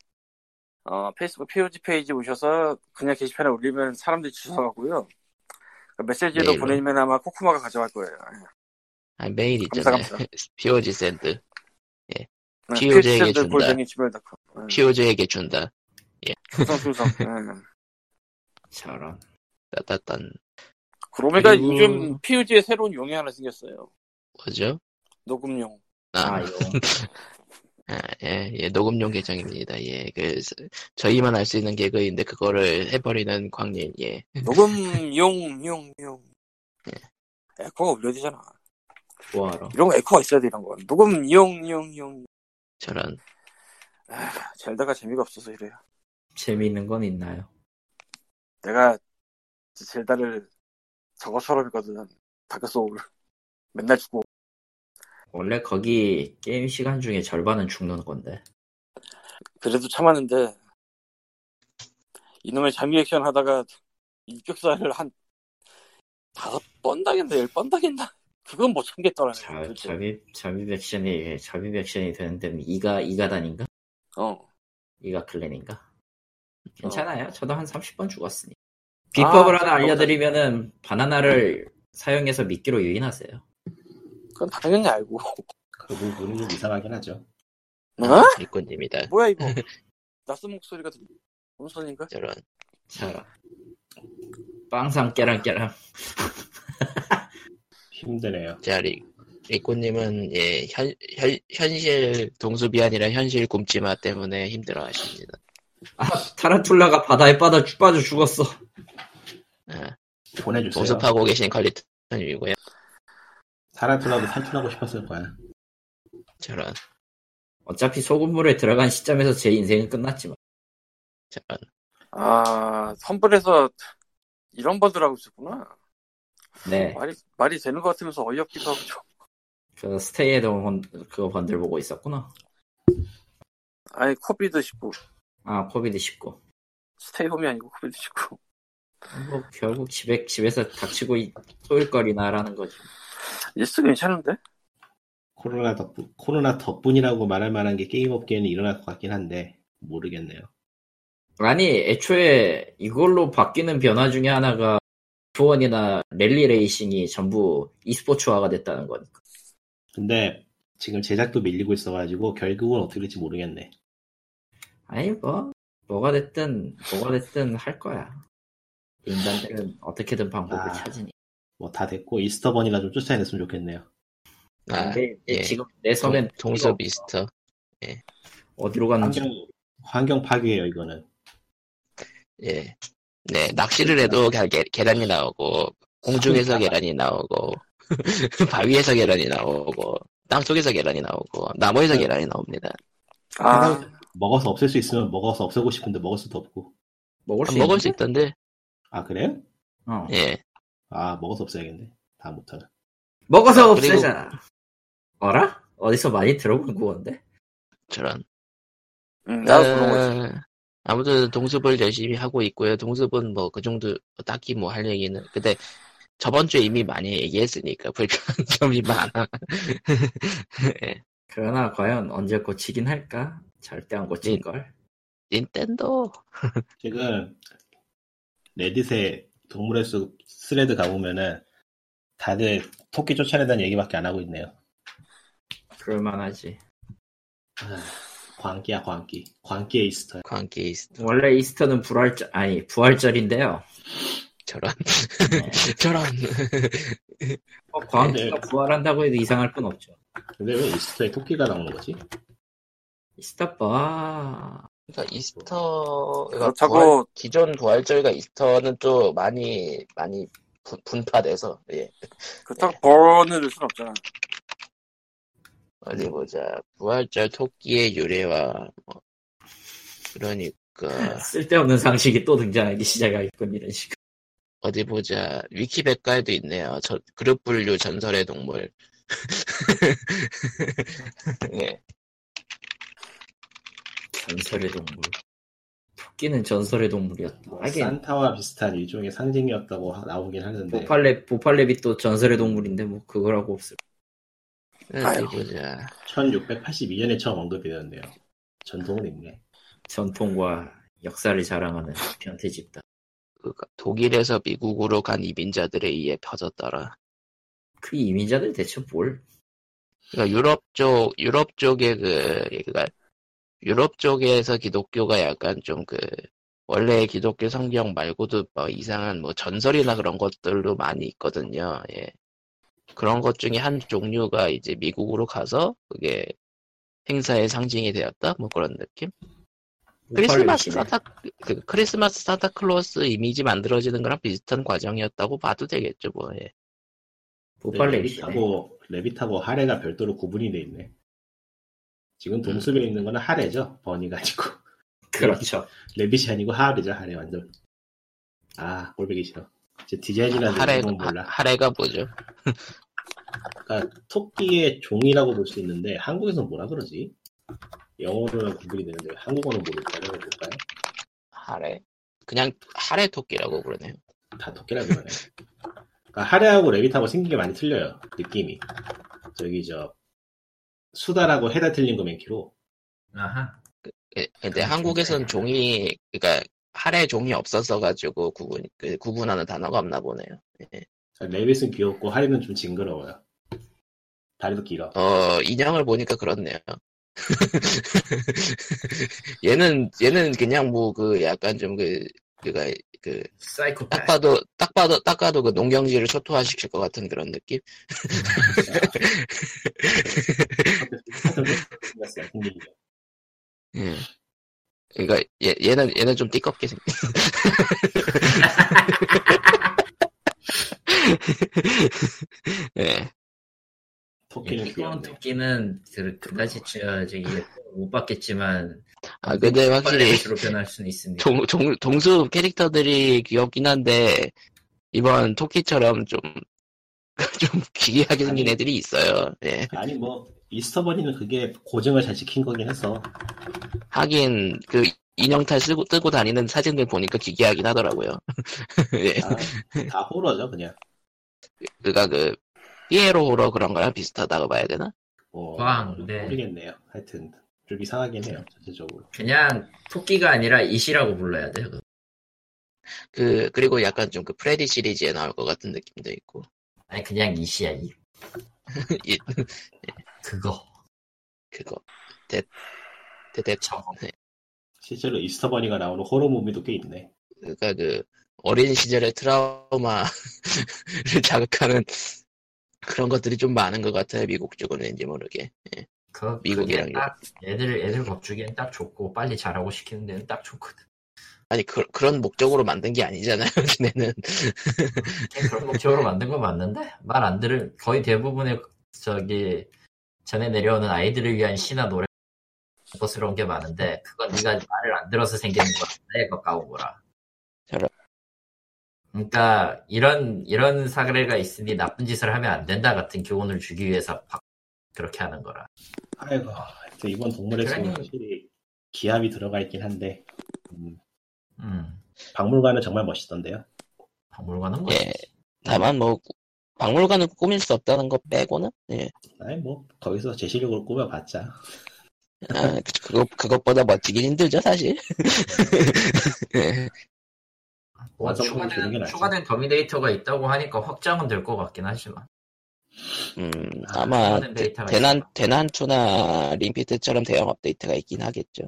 Speaker 3: 어 페이스북 POG 페이지 오셔서 그냥 게시판에 올리면 사람들이 주워가고요. 그 메시지로
Speaker 1: 메일로.
Speaker 3: 보내면 아마 코코마가 가져갈 거예요.
Speaker 1: 아, 메일
Speaker 3: 감사
Speaker 1: 있잖아요.
Speaker 3: 감사.
Speaker 1: POG 샌드
Speaker 3: 네,
Speaker 1: POG 에게
Speaker 3: POG
Speaker 1: 준다.
Speaker 3: 골뱅이 지메일닷컴.
Speaker 1: POG에게 준다.
Speaker 3: 충성 충성.
Speaker 1: [laughs]
Speaker 3: 네.
Speaker 2: 저런
Speaker 1: 따따딴
Speaker 3: 그러니까
Speaker 1: 그리고-
Speaker 3: 요즘 POG에 새로운 용이 하나 생겼어요.
Speaker 1: 뭐죠?
Speaker 3: 녹음용.
Speaker 2: 아
Speaker 1: 아,
Speaker 2: 이거
Speaker 1: 아, 예, 예, 녹음용 계정입니다. 예, 그 저희만 알 수 있는 개그인데 그거를 해버리는 광일. 예,
Speaker 3: 녹음 용용용 에코가 올려야 되잖아
Speaker 2: 뭐하러
Speaker 3: 이런 거 에코가 있어야 돼 이런 건 녹음 용용용
Speaker 1: 저런
Speaker 3: 젤다가 재미가 없어서 이래요
Speaker 2: 재미있는 건 있나요?
Speaker 3: 내가 젤다를 저거처럼 했거든 다크소울 맨날 죽고
Speaker 2: 원래 거기 게임 시간 중에 절반은 죽는 건데
Speaker 3: 그래도 참았는데 이놈의 잠이 액션 하다가 인격사를 한 다섯 번 당했나 열 번 당했나 그건 못 참겠더라
Speaker 2: 자,
Speaker 3: 도대체.
Speaker 2: 자비 자비 백션이 자비 백션이 되는 데는 이가 이가단인가
Speaker 3: 어.
Speaker 2: 이가 클랜인가 괜찮아요 저도 한 30번 죽었으니 비법을 하나
Speaker 3: 아,
Speaker 2: 알려드리면은 바나나를 사용해서 미끼로 유인하세요
Speaker 3: 그건 당연히 알고
Speaker 4: 그 부분이 좀 이상하긴 하죠.
Speaker 1: 아,
Speaker 3: 어?
Speaker 1: 리꾸입니다.
Speaker 3: 뭐야 이거 낯선 목소리가 들리 음선인가?
Speaker 1: 저런
Speaker 2: 자 빵상 깨랑 깨랑
Speaker 4: 힘드네요.
Speaker 1: 자 리, 리꾸님은 예, 현, 현, 현실 동숲이 아니라 현실 굶지마 때문에 힘들어하십니다.
Speaker 2: 아 타란툴라가 바다에 빠져 죽- 빠져 죽었어
Speaker 1: 아,
Speaker 4: 보내주세요.
Speaker 1: 동숲하고 계신 퀄리터님이고요.
Speaker 4: 타란툴라도 탈출하고 싶었을 거야.
Speaker 1: 저런
Speaker 2: 어차피 소금물에 들어간 시점에서 제 인생은 끝났지만
Speaker 1: 저런
Speaker 3: 아 선불에서 이런 버드를 하고 있었구나
Speaker 2: 네
Speaker 3: 말이 말이 되는 것 같으면서 어이없기도 하고 좀
Speaker 2: 그 스테이에 온 그거 번들 보고 있었구나
Speaker 3: 아니 코비드 19
Speaker 2: 아 코비드 19
Speaker 3: 스테이홈이 아니고 코비드 19
Speaker 2: 뭐 결국 집에 집에서 닥치고 이- 토일거리나라는 거지.
Speaker 3: 일스 괜찮은데?
Speaker 4: 코로나 덕분 코로나 덕분이라고 말할 만한 게 게임 업계에는 일어날 것 같긴 한데 모르겠네요.
Speaker 2: 아니 애초에 이걸로 바뀌는 변화 중에 하나가 F1이나 랠리 레이싱이 전부 e스포츠화가 됐다는 거니까.
Speaker 4: 근데 지금 제작도 밀리고 있어가지고 결국은 어떻게 될지 모르겠네.
Speaker 2: 아니 뭐 뭐가 됐든 뭐가 됐든 할 거야. 인간들은 어떻게든 방법을
Speaker 4: 아.
Speaker 2: 찾으니.
Speaker 4: 뭐 다 됐고 이스터번이나 좀 쫓아내줬으면 좋겠네요.
Speaker 1: 아,
Speaker 2: 근데
Speaker 1: 예.
Speaker 2: 지금 내
Speaker 1: 동,
Speaker 2: 손엔
Speaker 1: 동숲 미스터
Speaker 2: 어디로 갔는지
Speaker 4: 환경 환경 파괴예요 이거는.
Speaker 1: 예. 네, 낚시를 해도 계- 계- 계란이 나오고, 공중에서 계란이 나오고, 바위에서 계란이 나오고, 땅 속에서 계란이 나오고, 나무에서
Speaker 4: 네.
Speaker 1: 계란이 나옵니다.
Speaker 3: 아
Speaker 4: 해당- 먹어서 없앨 수 있으면 먹어서 없애고 싶은데 먹을 수도 없고.
Speaker 2: 먹을 수
Speaker 1: 아, 먹을 수
Speaker 2: 있는데?
Speaker 1: 있던데.
Speaker 4: 아 그래요?
Speaker 2: 어.
Speaker 1: 예.
Speaker 4: 아 먹어서 없애야겠네. 다 못하면.
Speaker 2: 먹어서
Speaker 1: 아, 그리고-
Speaker 2: 없애잖아. 어라? 어디서 많이 들어본 구원데?
Speaker 1: 저런.
Speaker 3: 응, 음, 나도 그런 거지.
Speaker 1: 어, 아무튼 동습을 열심히 하고 있고요. 동습은 뭐 그 정도 딱히 뭐 할 얘기는. 근데 저번 주에 이미 많이 얘기했으니까 불편한 [laughs] 점이 많아.
Speaker 2: 그러나 과연 언제 고치긴 할까? 절대 안
Speaker 1: 음.
Speaker 2: 고칠 걸.
Speaker 1: 닌텐도.
Speaker 4: 지금 레딧에 동물의 숲 스레드 가보면은 다들 토끼 쫓아내다는 얘기밖에 안 하고 있네요.
Speaker 2: 그럴 만하지. 네.
Speaker 4: 아, 광기야 광기. 광기의 이스터.
Speaker 1: 관계 있
Speaker 2: 원래 이스터는 불활절 아니 부활절인데요.
Speaker 1: 저런. [laughs]
Speaker 2: 네.
Speaker 1: 저런. [laughs]
Speaker 2: 어, 광기가
Speaker 1: 네.
Speaker 2: 부활한다고 해도 이상할 건 없죠.
Speaker 4: 근데 왜 이스터에 토끼가 나오는 거지?
Speaker 2: 이스터 봐.
Speaker 1: 그러니까 이스터. 그러니까 부활-
Speaker 3: 그렇다고
Speaker 1: 기존 부활절과 이스터는 좀 많이 많이 분- 분파돼서 예.
Speaker 3: 그렇다고 번을 넣을 순 없잖아. 음.
Speaker 1: 어디 보자. 부활절 토끼의 유래와 뭐 그러니까.
Speaker 2: 쓸데없는 상식이 또 등장하기 시작하겠군 이런 식으로.
Speaker 1: 어디 보자. 위키백과에도 있네요. 저, 그룹 분류 전설의 동물. [laughs] 예.
Speaker 2: 전설의 동물. 토끼는 전설의 동물이었다.
Speaker 4: 뭐
Speaker 2: 하긴
Speaker 4: 산타와 비슷한 일종의 상징이었다고 하- 나오긴
Speaker 2: 네.
Speaker 4: 하는데
Speaker 2: 뭐, 보팔렙 보팔렙이 또 전설의 동물인데 뭐 그거라고 없을.
Speaker 1: 어디
Speaker 3: 아유.
Speaker 1: 보자.
Speaker 4: 1682년에 처음 언급이 되었네요. 전통은 있네.
Speaker 2: 전통과 역사를 자랑하는 변태 집단.
Speaker 1: 그 독일에서 미국으로 간 이민자들에 의해 퍼졌더라.
Speaker 2: 그 이민자들 대체 뭘?
Speaker 1: 그러니까 유럽 쪽, 유럽 쪽에 그, 그러니까 유럽 쪽에서 기독교가 약간 좀 그, 원래 기독교 성경 말고도 뭐 이상한 뭐 전설이나 그런 것들도 많이 있거든요. 예. 그런 것 중에 한 종류가 이제 미국으로 가서 그게 행사의 상징이 되었다? 뭐 그런 느낌?
Speaker 4: 뭐
Speaker 1: 크리스마스
Speaker 2: 보팔렙이네.
Speaker 1: 산타, 그 크리스마스 산타클로스 이미지 만들어지는 거랑 비슷한 과정이었다고 봐도 되겠죠, 뭐, 예.
Speaker 2: 뭐, 보팔렙이네.
Speaker 4: 레빗하고 레빗하고 하레가 별도로 구분이 돼 있네. 지금
Speaker 2: 음.
Speaker 4: 동숲에 있는 거는 하레죠. 버니가 아니고
Speaker 2: [laughs] 그렇죠.
Speaker 4: 레빗이 네, 아니고 하레죠. 하레 완전. 아 꼴보기 싫어. 제 디자인이나
Speaker 1: 아, 하래,
Speaker 4: 내용은 몰라.
Speaker 1: 하래가 뭐죠?
Speaker 4: 그러니까 토끼의 종이라고 볼 수 있는데 한국에서 뭐라 그러지? 영어로는 구분이 되는데 한국어는 모르겠다. 그볼까요
Speaker 1: 하래? 그냥 하래 토끼라고 그러네요.
Speaker 4: 다 토끼라 그러네. 그러니까 하레하고 레빗하고 생긴 게 많이 틀려요. 느낌이. 저기 저 수다라고 해다 틀린 거 맨키로
Speaker 2: 아하.
Speaker 1: 예, 근데
Speaker 2: 그건
Speaker 1: 한국에선
Speaker 2: 좀
Speaker 1: 종이 그러니까 하래 종이 없어서 가지고 구분 그 구분하는 단어가 없나 보네요.
Speaker 4: 레빗은 귀엽고 하레는 좀 징그러워요. 다리도 길어. [laughs]
Speaker 1: 어 인형을 보니까 그렇네요. [laughs] 얘는 얘는 그냥 뭐 그 약간 좀그 그가 그딱
Speaker 2: 사이코패스.
Speaker 1: 봐도 딱 봐도 딱 봐도 그 농경지를 초토화시킬 것 같은 그런 느낌. 예. 그러니까 얘 얘는 얘는 좀 띠껍게 생. [laughs] 예.
Speaker 4: 토끼는
Speaker 2: 끼운
Speaker 4: 귀엽네.
Speaker 2: 토끼는 그- 그다지 저- 저기 못 봤겠지만
Speaker 1: 아 근데 확실히
Speaker 2: 로 변할 수는 있습니다.
Speaker 1: 동, 동, 동수 캐릭터들이 귀엽긴 한데, 이번 토끼처럼 좀, [laughs] 좀 기괴하게 생긴
Speaker 4: 아니.
Speaker 1: 애들이 있어요. 예.
Speaker 4: 아니 뭐 이스터버니는 그게 고증을 잘 지킨 거긴 해서
Speaker 1: 하긴, 그, 인형탈 쓰고, 뜨고 다니는 사진들 보니까 기괴하긴 하더라고요. [laughs] 예.
Speaker 2: [laughs]
Speaker 4: 다, 다 호러죠 그냥.
Speaker 1: 그니까 그, 피에로 호러 그런 거랑 비슷하다고 봐야 되나?
Speaker 4: 뭐
Speaker 2: 광, 네.
Speaker 4: 모르겠네요. 하여튼 좀 이상하긴 해요 전체적으로.
Speaker 2: 그냥 토끼가 아니라 이시라고 불러야 돼요.
Speaker 1: 그, 그리고 약간 좀 그 프레디 시리즈에 나올 것 같은 느낌도 있고.
Speaker 2: 아니 그냥 이시야 이.
Speaker 1: [laughs] 이-
Speaker 2: 그거.
Speaker 1: 그거. 대, 대, 대,
Speaker 2: 저거.
Speaker 1: 네.
Speaker 4: 실제로 이스터버니가 나오는 호러 무비도 꽤 있네.
Speaker 1: 그니까 그, 어린 시절의 트라우마를 [laughs] 자극하는 그런 것들이 좀 많은 것 같아요, 미국 쪽은 왠지 모르게.
Speaker 2: 그
Speaker 1: 미국이랑
Speaker 2: 딱 애들 애들 겁주기엔 딱 좋고 빨리 자라고 시키는 데는 딱 좋거든.
Speaker 1: 아니, 그, 그런 목적으로 만든 게 아니잖아요, [laughs] 걔네는.
Speaker 2: 그냥 그런 목적으로 만든 건 맞는데 말 안 들을 거의 대부분의 저기 전에 내려오는 아이들을 위한 시나 노래 고스러운 게 많은데 그건 네가 말을 안 들어서 생기는 거 같은데 그거 까오거라
Speaker 1: 저런.
Speaker 2: 그러니까 이런 이런 사례가 있으니 나쁜 짓을 하면 안 된다 같은 교훈을 주기 위해서 바- 그렇게 하는 거라
Speaker 4: 아이고 하여튼 이번 동물의 숲은
Speaker 2: 그러니.
Speaker 4: 확실히 기압이 들어가 있긴 한데 음,
Speaker 2: 음
Speaker 4: 박물관은 정말 멋있던데요.
Speaker 2: 박물관은 뭐지?
Speaker 1: 예. 다만 뭐 박물관은 꾸밀 수 없다는 거 빼고는 예.
Speaker 4: 아니 뭐 거기서 제 실력으로 꾸며봤자
Speaker 1: 아, 그거 그것보다 멋지긴 힘들죠 사실. [laughs] 예.
Speaker 2: 뭐
Speaker 4: 완성품이 되는 게
Speaker 2: 추가된
Speaker 4: 낫지.
Speaker 2: 추가된 더미데이터가 있다고 하니까 확장은 될 것 같긴 하지만
Speaker 1: 음,
Speaker 4: 아,
Speaker 1: 아마
Speaker 2: 그거는
Speaker 1: 대-
Speaker 2: 데이터가
Speaker 1: 대난
Speaker 2: 있어요.
Speaker 1: 대난투나 림피트처럼 대형 업데이트가 있긴 하겠죠.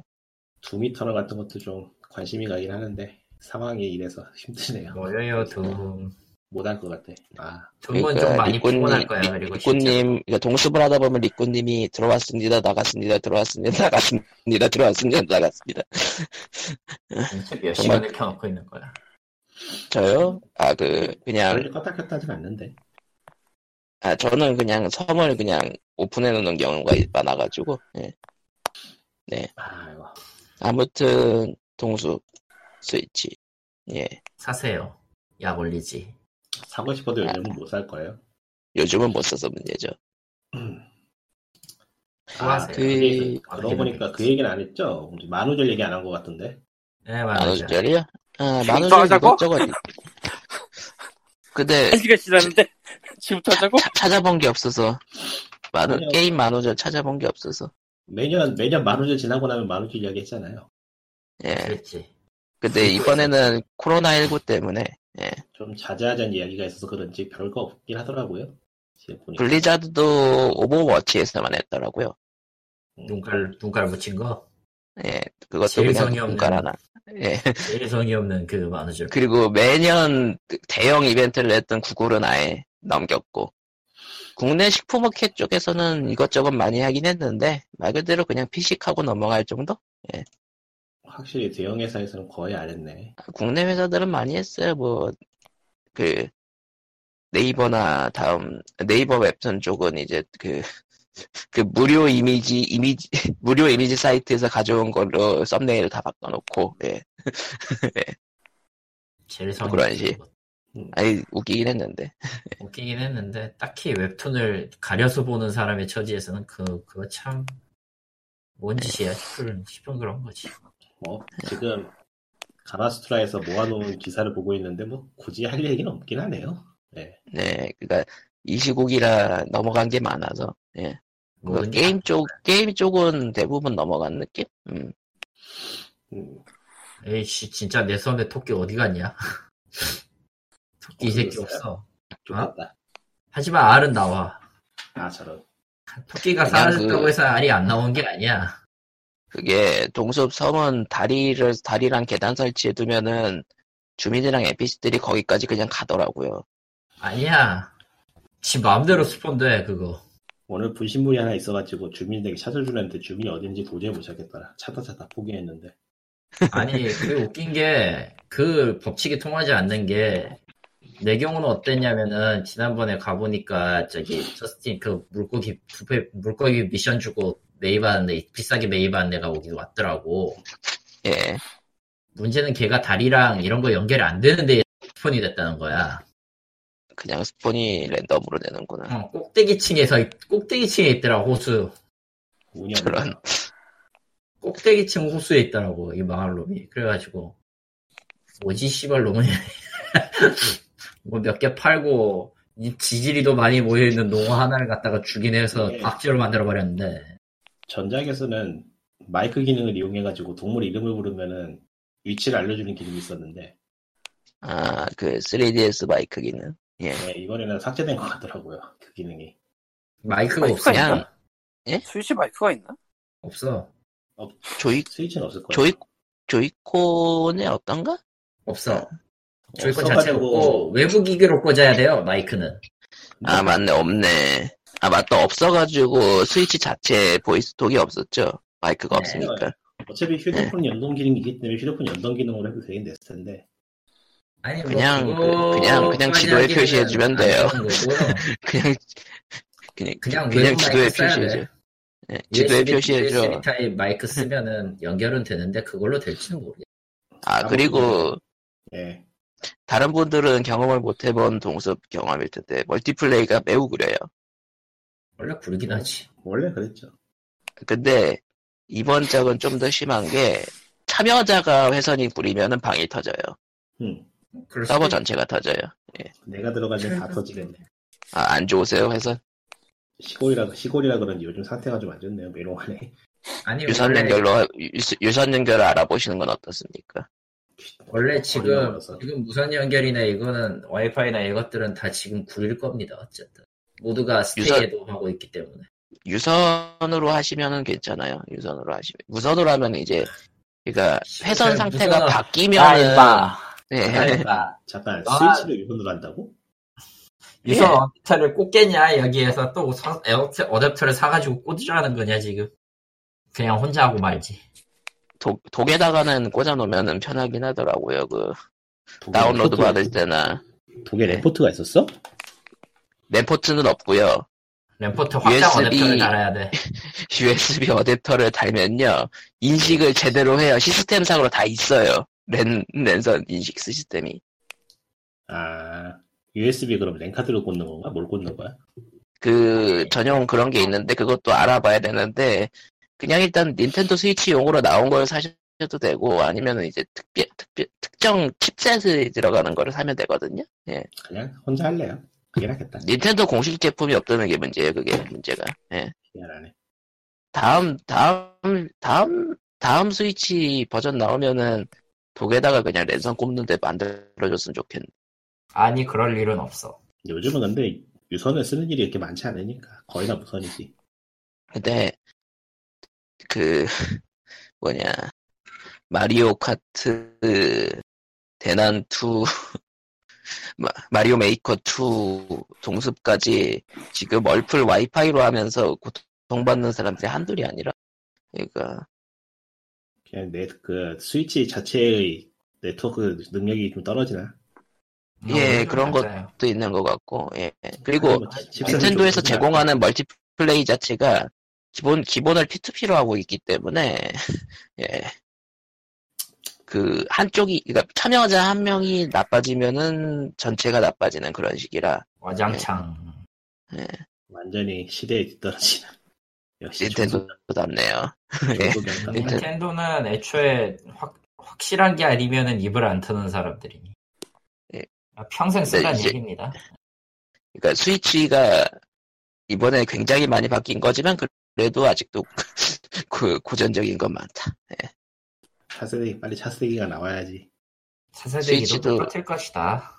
Speaker 4: 두 미터나 같은 것도 좀 관심이 가긴 하는데 상황이 이래서 [laughs] 힘드네요.
Speaker 2: 뭐예요 둠
Speaker 4: 못할 것 같아. 아
Speaker 2: 둠은 좀 많이
Speaker 1: 그러니까 그, 리꾼님-
Speaker 2: 피곤할 거야 그리고 진짜
Speaker 1: 리꾸님 그러니까 동습을 하다 보면 리꾸님이 들어왔습니다 나갔습니다 들어왔습니다 [laughs] 나갔습니다 들어왔습니다 나갔습니다.
Speaker 2: 진짜 몇
Speaker 1: 정말-
Speaker 2: 시간을 켜놓고 있는 거야
Speaker 1: 저요? 아 그 그냥
Speaker 4: 원래 껐다 켰다 하진 않는데
Speaker 1: 아 저는 그냥 섬을 그냥 오픈해 놓는 경우가 많아가지고 예.
Speaker 4: 아이고
Speaker 1: 아무튼 동숲 스위치 예
Speaker 2: 사세요 약 올리지
Speaker 4: 사고 싶어도 요즘은 못 살 거예요.
Speaker 1: 요즘은 못 써서 문제죠.
Speaker 4: 아,
Speaker 2: 좋아하세요.
Speaker 4: 그 얘기-
Speaker 2: 아,
Speaker 4: 그러고 보니까 그 얘기는 안 했죠. 우리 만우절 얘기 안 한 것 같은데.
Speaker 2: 네 맞아요
Speaker 1: 만원짜리요? 아
Speaker 3: 지금부터
Speaker 1: 만원짜리
Speaker 3: 하자고?
Speaker 1: 이것저것
Speaker 2: [laughs]
Speaker 1: 근데
Speaker 3: 한 시간 지났는데 [laughs] 지금부터 하자고?
Speaker 1: 차- 찾아본 게 없어서 만원
Speaker 4: 아니요.
Speaker 1: 게임 만원절 찾아본 게 없어서
Speaker 4: 매년 매년 만우절 지나고 나면 만우절 이야기 했잖아요.
Speaker 1: 예
Speaker 2: 그랬지
Speaker 1: 근데 이번에는 코로나 19 때문에
Speaker 4: 좀 자제하자는 이야기가 있어서 그런지 별거 없긴 하더라고요. 지금 보니까.
Speaker 1: 블리자드도 오버워치에서만 했더라고요.
Speaker 4: 음,
Speaker 2: 눈깔 눈깔 붙인 거
Speaker 1: 예 그것도
Speaker 2: 제일
Speaker 1: 그냥
Speaker 2: 성의 없는.
Speaker 1: 눈깔 하나 예 [laughs]
Speaker 2: 제일 성의 없는 그 만우절
Speaker 1: 그리고 매년 대형 이벤트를 했던 구글은 아예 넘겼고 국내 식품업계 쪽에서는 이것저것 많이 하긴 했는데 말 그대로 그냥 피식하고 넘어갈 정도?
Speaker 4: 확실히 대형 회사에서는 거의 안 했네.
Speaker 1: 그 국내 회사들은 많이 했어요. 뭐 그 네이버나 다음 네이버 웹툰 쪽은 이제 그 [laughs] 그 무료 이미지 이미지 [laughs] 무료 이미지 사이트에서 가져온 걸로 썸네일을 다 바꿔놓고 예
Speaker 2: 제일 성의
Speaker 1: 그런
Speaker 2: 없는
Speaker 1: 식.
Speaker 2: 거.
Speaker 1: 아니 웃기긴 했는데
Speaker 2: 웃기긴 했는데 딱히 웹툰을 가려서 보는 사람의 처지에서는 그 그거 참 뭔 짓이야 싶은 싶은 그런 거지
Speaker 4: 뭐 지금 가마스트라에서 모아놓은 기사를 보고 있는데 뭐 굳이 할 얘기는 없긴 하네요. 네.
Speaker 1: 네 그러니까 이 시국이라 넘어간 게 많아서 예 그
Speaker 2: 뭐든지
Speaker 1: 게임 쪽 게임 쪽은 대부분 넘어간 느낌 음
Speaker 4: 음,
Speaker 2: 다- 에이씨 진짜 내 손에 토끼 어디 갔냐 [laughs] 토끼 이 새끼
Speaker 4: 어디
Speaker 2: 없어
Speaker 4: 좋았다.
Speaker 2: 하지만 알은 나와
Speaker 4: 아 저런.
Speaker 2: 토끼가
Speaker 1: 그냥
Speaker 2: 사라졌다고
Speaker 1: 그-
Speaker 2: 해서 알이 안 나온 게 아니야
Speaker 1: 그게 동숲 섬은 다리를 다리랑 계단 설치해 두면은 주민이랑 NPC들이 거기까지 그냥 가더라고요.
Speaker 2: 아니야 지 마음대로 스폰돼 그거
Speaker 4: 오늘 분신물이 하나 있어가지고 주민에게 찾아주려는데 주민이 어딘지 도저히 못 찾겠더라. 찾다 찾다 포기했는데.
Speaker 2: 아니 그 웃긴 게 그 법칙이 통하지 않는 게 내 경우는 어땠냐면은 지난번에 가보니까 저기 저스틴 그 물고기 부페 물고기 미션 주고 매입하는데 비싸게 매입하는 데가 오기도 왔더라고
Speaker 1: 예.
Speaker 2: 문제는 걔가 다리랑 이런 거 연결이 안 되는데 스폰이 됐다는 거야
Speaker 1: 그냥 스폰이 랜덤으로 되는구나.
Speaker 2: 어, 꼭대기층에 서 있- 꼭대기층에 있더라 호수
Speaker 4: 운이
Speaker 1: 저런.
Speaker 4: 없네.
Speaker 2: 꼭대기층 호수에 있더라고 이 망할 놈이 그래가지고 뭐지 씨발 놈이 [laughs] 뭐 몇 개 팔고 이 지지리도 많이 모여있는 농어 하나를 갖다가 주긴 해서
Speaker 4: 예.
Speaker 2: 박쥐로 만들어버렸는데
Speaker 4: 전작에서는 마이크 기능을 이용해가지고 동물 이름을 부르면은 위치를 알려주는 기능이 있었는데
Speaker 1: 아, 그 3DS 마이크 기능. 예.
Speaker 4: 네, 이번에는 삭제된 것 같더라고요 그 기능이
Speaker 2: 마이크가
Speaker 3: 마이크가
Speaker 2: 없어
Speaker 1: 있나?
Speaker 3: 스위치 마이크가 있나?
Speaker 2: 없어
Speaker 1: 조이
Speaker 4: 스위치는 없을 거예요
Speaker 1: 조이 조이콘이 어떤가?
Speaker 2: 없어
Speaker 4: 예,
Speaker 2: 조이콘 자체
Speaker 4: 없어가지고
Speaker 2: 없고 외부 기기로 꽂아야 돼요 마이크는
Speaker 1: 아, 맞네. 없네. 아, 맞다. 없어가지고 스위치 자체 보이스톡이 없었죠. 마이크가
Speaker 2: 네.
Speaker 1: 없으니까.
Speaker 4: 어차피 휴대폰 연동 기능이기 때문에 휴대폰 연동 기능으로 해도 되긴 됐을 텐데
Speaker 2: 아니 뭐
Speaker 1: 그냥 그-
Speaker 2: 그거
Speaker 1: 그냥- 그냥 지도에
Speaker 2: 하기에는
Speaker 1: 표시해주면
Speaker 2: 안
Speaker 1: 돼요.
Speaker 2: 되는 거고.
Speaker 1: 그냥 그냥
Speaker 2: 그냥
Speaker 1: 아, 그냥
Speaker 2: 외부
Speaker 1: 지도에
Speaker 2: 마이크 써야
Speaker 1: 표시해줘.
Speaker 2: 돼.
Speaker 1: 예, 지도에
Speaker 2: USB
Speaker 1: 표시해줘.
Speaker 2: USB 타입 마이크 쓰면은 연결은 되는데 그걸로 될지는 모르겠어.
Speaker 1: 아, 그리고
Speaker 4: 예.
Speaker 1: 다른 분들은 경험을 못 해본 동습 경험일 텐데, 멀티플레이가 매우 구려요.
Speaker 2: 원래 구르긴 하지.
Speaker 4: 원래 그랬죠.
Speaker 1: 근데 이번 작은 좀 더 심한 게, 참여자가 회선이 부리면은 방이 터져요.
Speaker 4: 음.
Speaker 2: 그럴 수도
Speaker 1: 서버
Speaker 2: 있-
Speaker 1: 전체가 터져요.
Speaker 4: 내가 들어가면 다
Speaker 2: 최근-
Speaker 4: 터지겠네.
Speaker 1: 아, 안 좋으세요, 회선?
Speaker 4: 시골이라 시골이라 그런지 요즘 상태가 좀 안 좋네요. 메롱하네.
Speaker 2: 아니
Speaker 1: 유선
Speaker 2: 예, 원래,
Speaker 1: 연결로, 유, 선 연결을 알아보시는 건 어떻습니까?
Speaker 2: 원래 지금
Speaker 4: 어려워서.
Speaker 2: 지금 무선 연결이나 이거는 와이파이나 이것들은 다 지금 구릴 겁니다. 어쨌든 모두가 스테이도 하고 있기 때문에.
Speaker 1: 유선으로 하시면은 괜찮아요. 유선으로 하시면. 무선으로 하면 이제, 그니까, 회선
Speaker 2: 무선-
Speaker 1: 상태가
Speaker 2: 무선으로-
Speaker 1: 바뀌면은, 예.
Speaker 2: 아이바.
Speaker 4: 잠깐
Speaker 2: 아.
Speaker 4: 스위치를 유선으로 한다고?
Speaker 1: 예.
Speaker 2: 유선 어댑터를 꽂겠냐 여기에서 또 선- 에어트- 어댑터를 사가지고 꽂으라는 거냐 지금 그냥 혼자 하고 말지
Speaker 1: 독, 독에다가는 꽂아놓으면 편하긴 하더라고요. 그
Speaker 2: 음,
Speaker 4: 독일
Speaker 1: 다운로드
Speaker 4: 레포트가
Speaker 1: 받을
Speaker 4: 있-
Speaker 1: 때나 네.
Speaker 4: 독일 레포트가 있었어?
Speaker 1: 램포트는 없고요.
Speaker 2: 램포트 확장
Speaker 1: USB.
Speaker 2: 어댑터를 달아야 돼
Speaker 1: USB 어댑터를 달면요 인식을 제대로 해요. 시스템상으로 다 있어요. 랜 랜선 인식 시스템이
Speaker 4: 아 USB 그럼 랜카드로 꽂는 건가? 뭘 꽂는 거야?
Speaker 1: 그 전용 그런 게 있는데 그것도 알아봐야 되는데 그냥 일단 닌텐도 스위치용으로 나온 걸 사셔도 되고 아니면은 이제 특별 특별 특정 칩셋이 들어가는 거를 사면 되거든요. 예.
Speaker 4: 그냥 혼자 할래요. 그게 낫겠다.
Speaker 1: 닌텐도 공식 제품이 없다는 게 문제예요. 그게 문제가. 예.
Speaker 4: 미안하네.
Speaker 1: 다음 다음 다음 다음 스위치 버전 나오면은 독에다가 그냥 랜선 꼽는데 만들어줬으면 좋겠네.
Speaker 2: 아니 그럴 일은 없어
Speaker 4: 요즘은 근데 유선을 쓰는 일이 이렇게 많지 않으니까 거의 다 무선이지.
Speaker 1: 근데 그 [laughs] 뭐냐 마리오 카트 대난 2 [laughs] 마- 마리오 메이커 2 동습까지 지금 얼플 와이파이로 하면서 고통받는 사람들이 한둘이 아니라 그러니까
Speaker 4: 그냥 내 그 스위치 자체의 네트워크 능력이 좀 떨어지나?
Speaker 1: 예, 그런 것-
Speaker 2: 맞아요.
Speaker 1: 또 있는 것 같고 예 그리고
Speaker 4: 뭐 칩- 칩셋은
Speaker 1: 닌텐도에서
Speaker 4: 좀
Speaker 1: 제공하는 멀티플레이 자체가 기본 기본을 P2P로 하고 있기 때문에 [laughs] 예. 그 한쪽이 그러니까 참여자 한 명이 나빠지면은 전체가 나빠지는 그런 식이라
Speaker 2: 와장창
Speaker 4: 완전히 시대에 뒤떨어지는 역시
Speaker 1: 닌텐도답네요. 예.
Speaker 4: 예.
Speaker 1: 닌텐-
Speaker 2: 닌텐도는 애초에 확, 확실한 게 아니면은 입을 안 트는 사람들이니
Speaker 1: 예.
Speaker 2: 아, 평생
Speaker 1: 근데
Speaker 2: 쓰란
Speaker 1: 이제-
Speaker 2: 얘기입니다
Speaker 1: 그러니까 스위치가 이번에 굉장히 많이 바뀐 거지만 그래도 아직도 [laughs] 그 고전적인 건 많다.
Speaker 4: 차세대 빨리 차세대기가 나와야지.
Speaker 2: 차세대기도
Speaker 1: 스위치도-
Speaker 2: 똑같을 것이다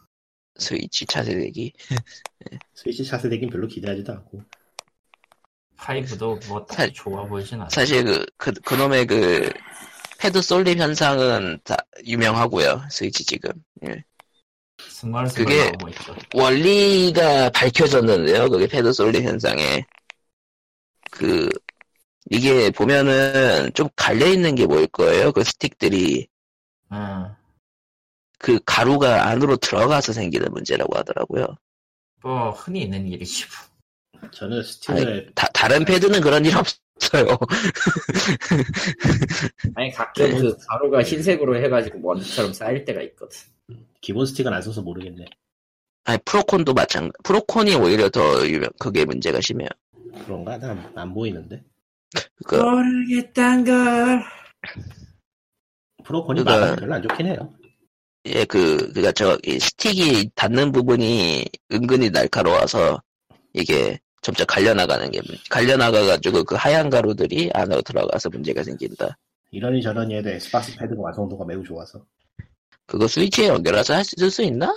Speaker 1: 스위치 차세대기
Speaker 4: 스위치 차세대기는 별로 기대하지도 않고.
Speaker 2: 5도 뭐
Speaker 1: 사-
Speaker 2: 딱히 좋아 보이진 않아
Speaker 1: 사실 그, 그 그놈의 그 패드 쏠림 현상은 다 유명하고요. 스위치 지금.
Speaker 2: 스멀스멀
Speaker 1: 그게-
Speaker 2: 나오고 있죠
Speaker 1: 원리가 밝혀졌는데요. 그게 패드 솔리 현상에 그 이게 보면은 좀 갈려 있는 게 뭘 거예요. 그 스틱들이
Speaker 2: 응.
Speaker 1: 그 가루가 안으로 들어가서 생기는 문제라고 하더라고요.
Speaker 2: 뭐 흔히 있는 일이지
Speaker 4: 저는 스팀에
Speaker 1: 다, 다른 패드는 그런 일 없어요. [laughs]
Speaker 2: 아니 가끔
Speaker 1: 네.
Speaker 2: 그 가루가 흰색으로 해가지고 먼지처럼 쌓일 때가 있거든.
Speaker 4: 기본 스틱은 안 써서 모르겠네.
Speaker 1: 아니 프로콘도 마찬가. 프로콘이 오히려 더 유명. 그게 문제가 심해요.
Speaker 4: 그런가? 난안 안 보이는데.
Speaker 1: 그
Speaker 2: 모르겠단 걸.
Speaker 4: 프로콘이
Speaker 1: 그러니까-
Speaker 4: 마감이 별로 안 좋긴 해요.
Speaker 1: 예, 그, 그니까 저, 이 스틱이 닿는 부분이 은근히 날카로워서 이게 점점 갈려나가는 게, 문- 갈려나가가지고 그 하얀 가루들이 안으로 들어가서 문제가 생긴다.
Speaker 4: 이러니 저러니 해도 엑스박스 패드가 완성도가 매우 좋아서.
Speaker 1: 그거 스위치에 연결해서 할 수- 쓸 수, 있나?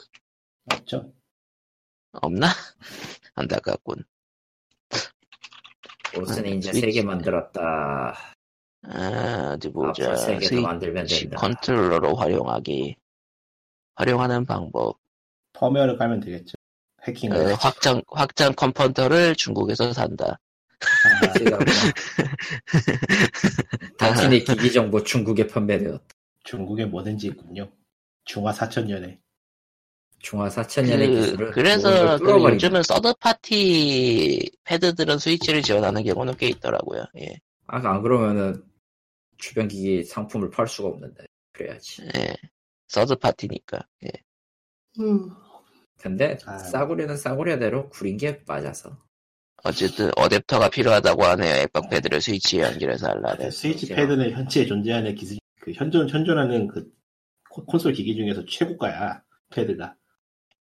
Speaker 4: 맞죠?
Speaker 1: 없나? [laughs] 안타깝군.
Speaker 2: 옷은
Speaker 1: 아,
Speaker 2: 이제
Speaker 1: 스위치.
Speaker 2: 세 개 만들었다.
Speaker 1: 아, 어디 보자.
Speaker 2: 앞으로 세개 더
Speaker 1: 스위치
Speaker 2: 만들면 된다.
Speaker 1: 컨트롤러로 활용하기. 활용하는 방법.
Speaker 4: 펌웨어를 깔면 되겠죠. 해킹을.
Speaker 2: 네.
Speaker 1: 어, 확장, 확장 컴퓨터를 중국에서 산다.
Speaker 4: 아,
Speaker 2: 제가
Speaker 1: [laughs]
Speaker 2: 뭐- 당신의 기기 정보 중국에 판매되었다.
Speaker 4: 중국에 뭐든지 있군요. 중화 4천년에.
Speaker 2: 중화 4천년의 음, 기술을 뭐
Speaker 1: 그, 그래서 그
Speaker 2: 뚫어버린
Speaker 1: 요즘은 서드파티 패드들은 스위치를 지원하는 경우는 꽤 있더라고요. 예.
Speaker 2: 아, 안 그러면은 주변 기기 상품을 팔 수가 없는데 그래야지.
Speaker 1: 예. 서드파티니까. 예.
Speaker 2: 근데
Speaker 4: 아.
Speaker 2: 싸구려는 싸구려대로 구린 게 맞아서
Speaker 1: 어쨌든 어댑터가 필요하다고 하네요. 액박 패드를 스위치에 연결해서 하려면.
Speaker 4: 스위치
Speaker 2: 그렇죠.
Speaker 4: 패드는 현재 존재하는 기술, 그 현존, 현존하는 그 콘- 콘솔 기기 중에서 최고가야, 패드가.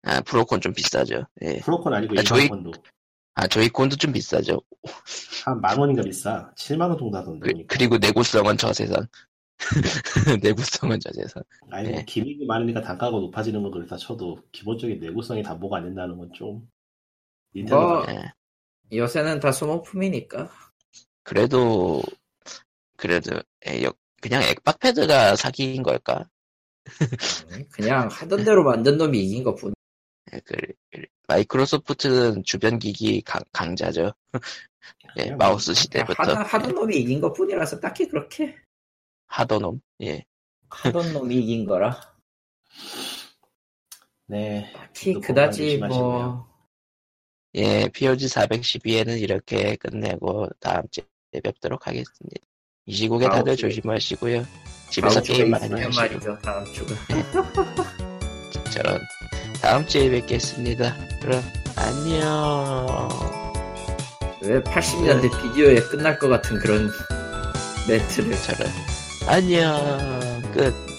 Speaker 1: 아, 프로콘 좀 비싸죠. 예.
Speaker 4: 프로콘 아니고
Speaker 1: 아, 저희-
Speaker 4: 일반콘도
Speaker 1: 아, 조이콘도 좀 비싸죠.
Speaker 4: 한 만 원인가 비싸. 7만 원 정도 하던데.
Speaker 1: 그, 리고 내구성은 저 세상. [laughs] 내구성은 저 세상.
Speaker 4: 아니, 뭐
Speaker 1: 네.
Speaker 4: 기믹이 많으니까 단가가 높아지는 건 그렇다 쳐도, 기본적인 내구성이 담보가 안 된다는 건 좀.
Speaker 2: 뭐,
Speaker 4: 닌텐도
Speaker 1: 예.
Speaker 2: 요새는 다 소모품이니까
Speaker 1: 그래도, 그래도, 예, 역- 그냥 액박 패드가 사기인 걸까?
Speaker 2: 음, 그냥 하던 대로 만든 놈이 이긴 것뿐.
Speaker 1: 예, 그, 그- 마이크로소프트는 주변 기기 강, 강자죠. 예,
Speaker 4: 그냥
Speaker 1: 마우스
Speaker 2: 그냥
Speaker 1: 시대부터 예,
Speaker 2: 하던 하던 놈이 이긴 것뿐이라서 딱히 그렇게
Speaker 1: 하던 놈. 예.
Speaker 2: 하던 놈이 이긴 거라
Speaker 4: 네.
Speaker 1: 아,
Speaker 2: 딱히
Speaker 4: 또
Speaker 2: 그다지
Speaker 4: 보관이
Speaker 2: 뭐
Speaker 4: 심하시네요.
Speaker 1: 예, POG 412에는 이렇게 끝내고 다음 주에 뵙도록 하겠습니다. 이 시국에
Speaker 2: 다음
Speaker 1: 다들
Speaker 2: 주에.
Speaker 1: 조심하시고요. 집에서
Speaker 4: 다음 주에
Speaker 1: 게임 많이
Speaker 4: 있으면
Speaker 1: 하시고
Speaker 2: 말이죠 다음 주가.
Speaker 1: 저런 다음 주에 뵙겠습니다. 그럼 안녕.
Speaker 2: 왜 80년대 비디오에 끝날 것 같은 그런 멘트를
Speaker 1: 저런 안녕 끝.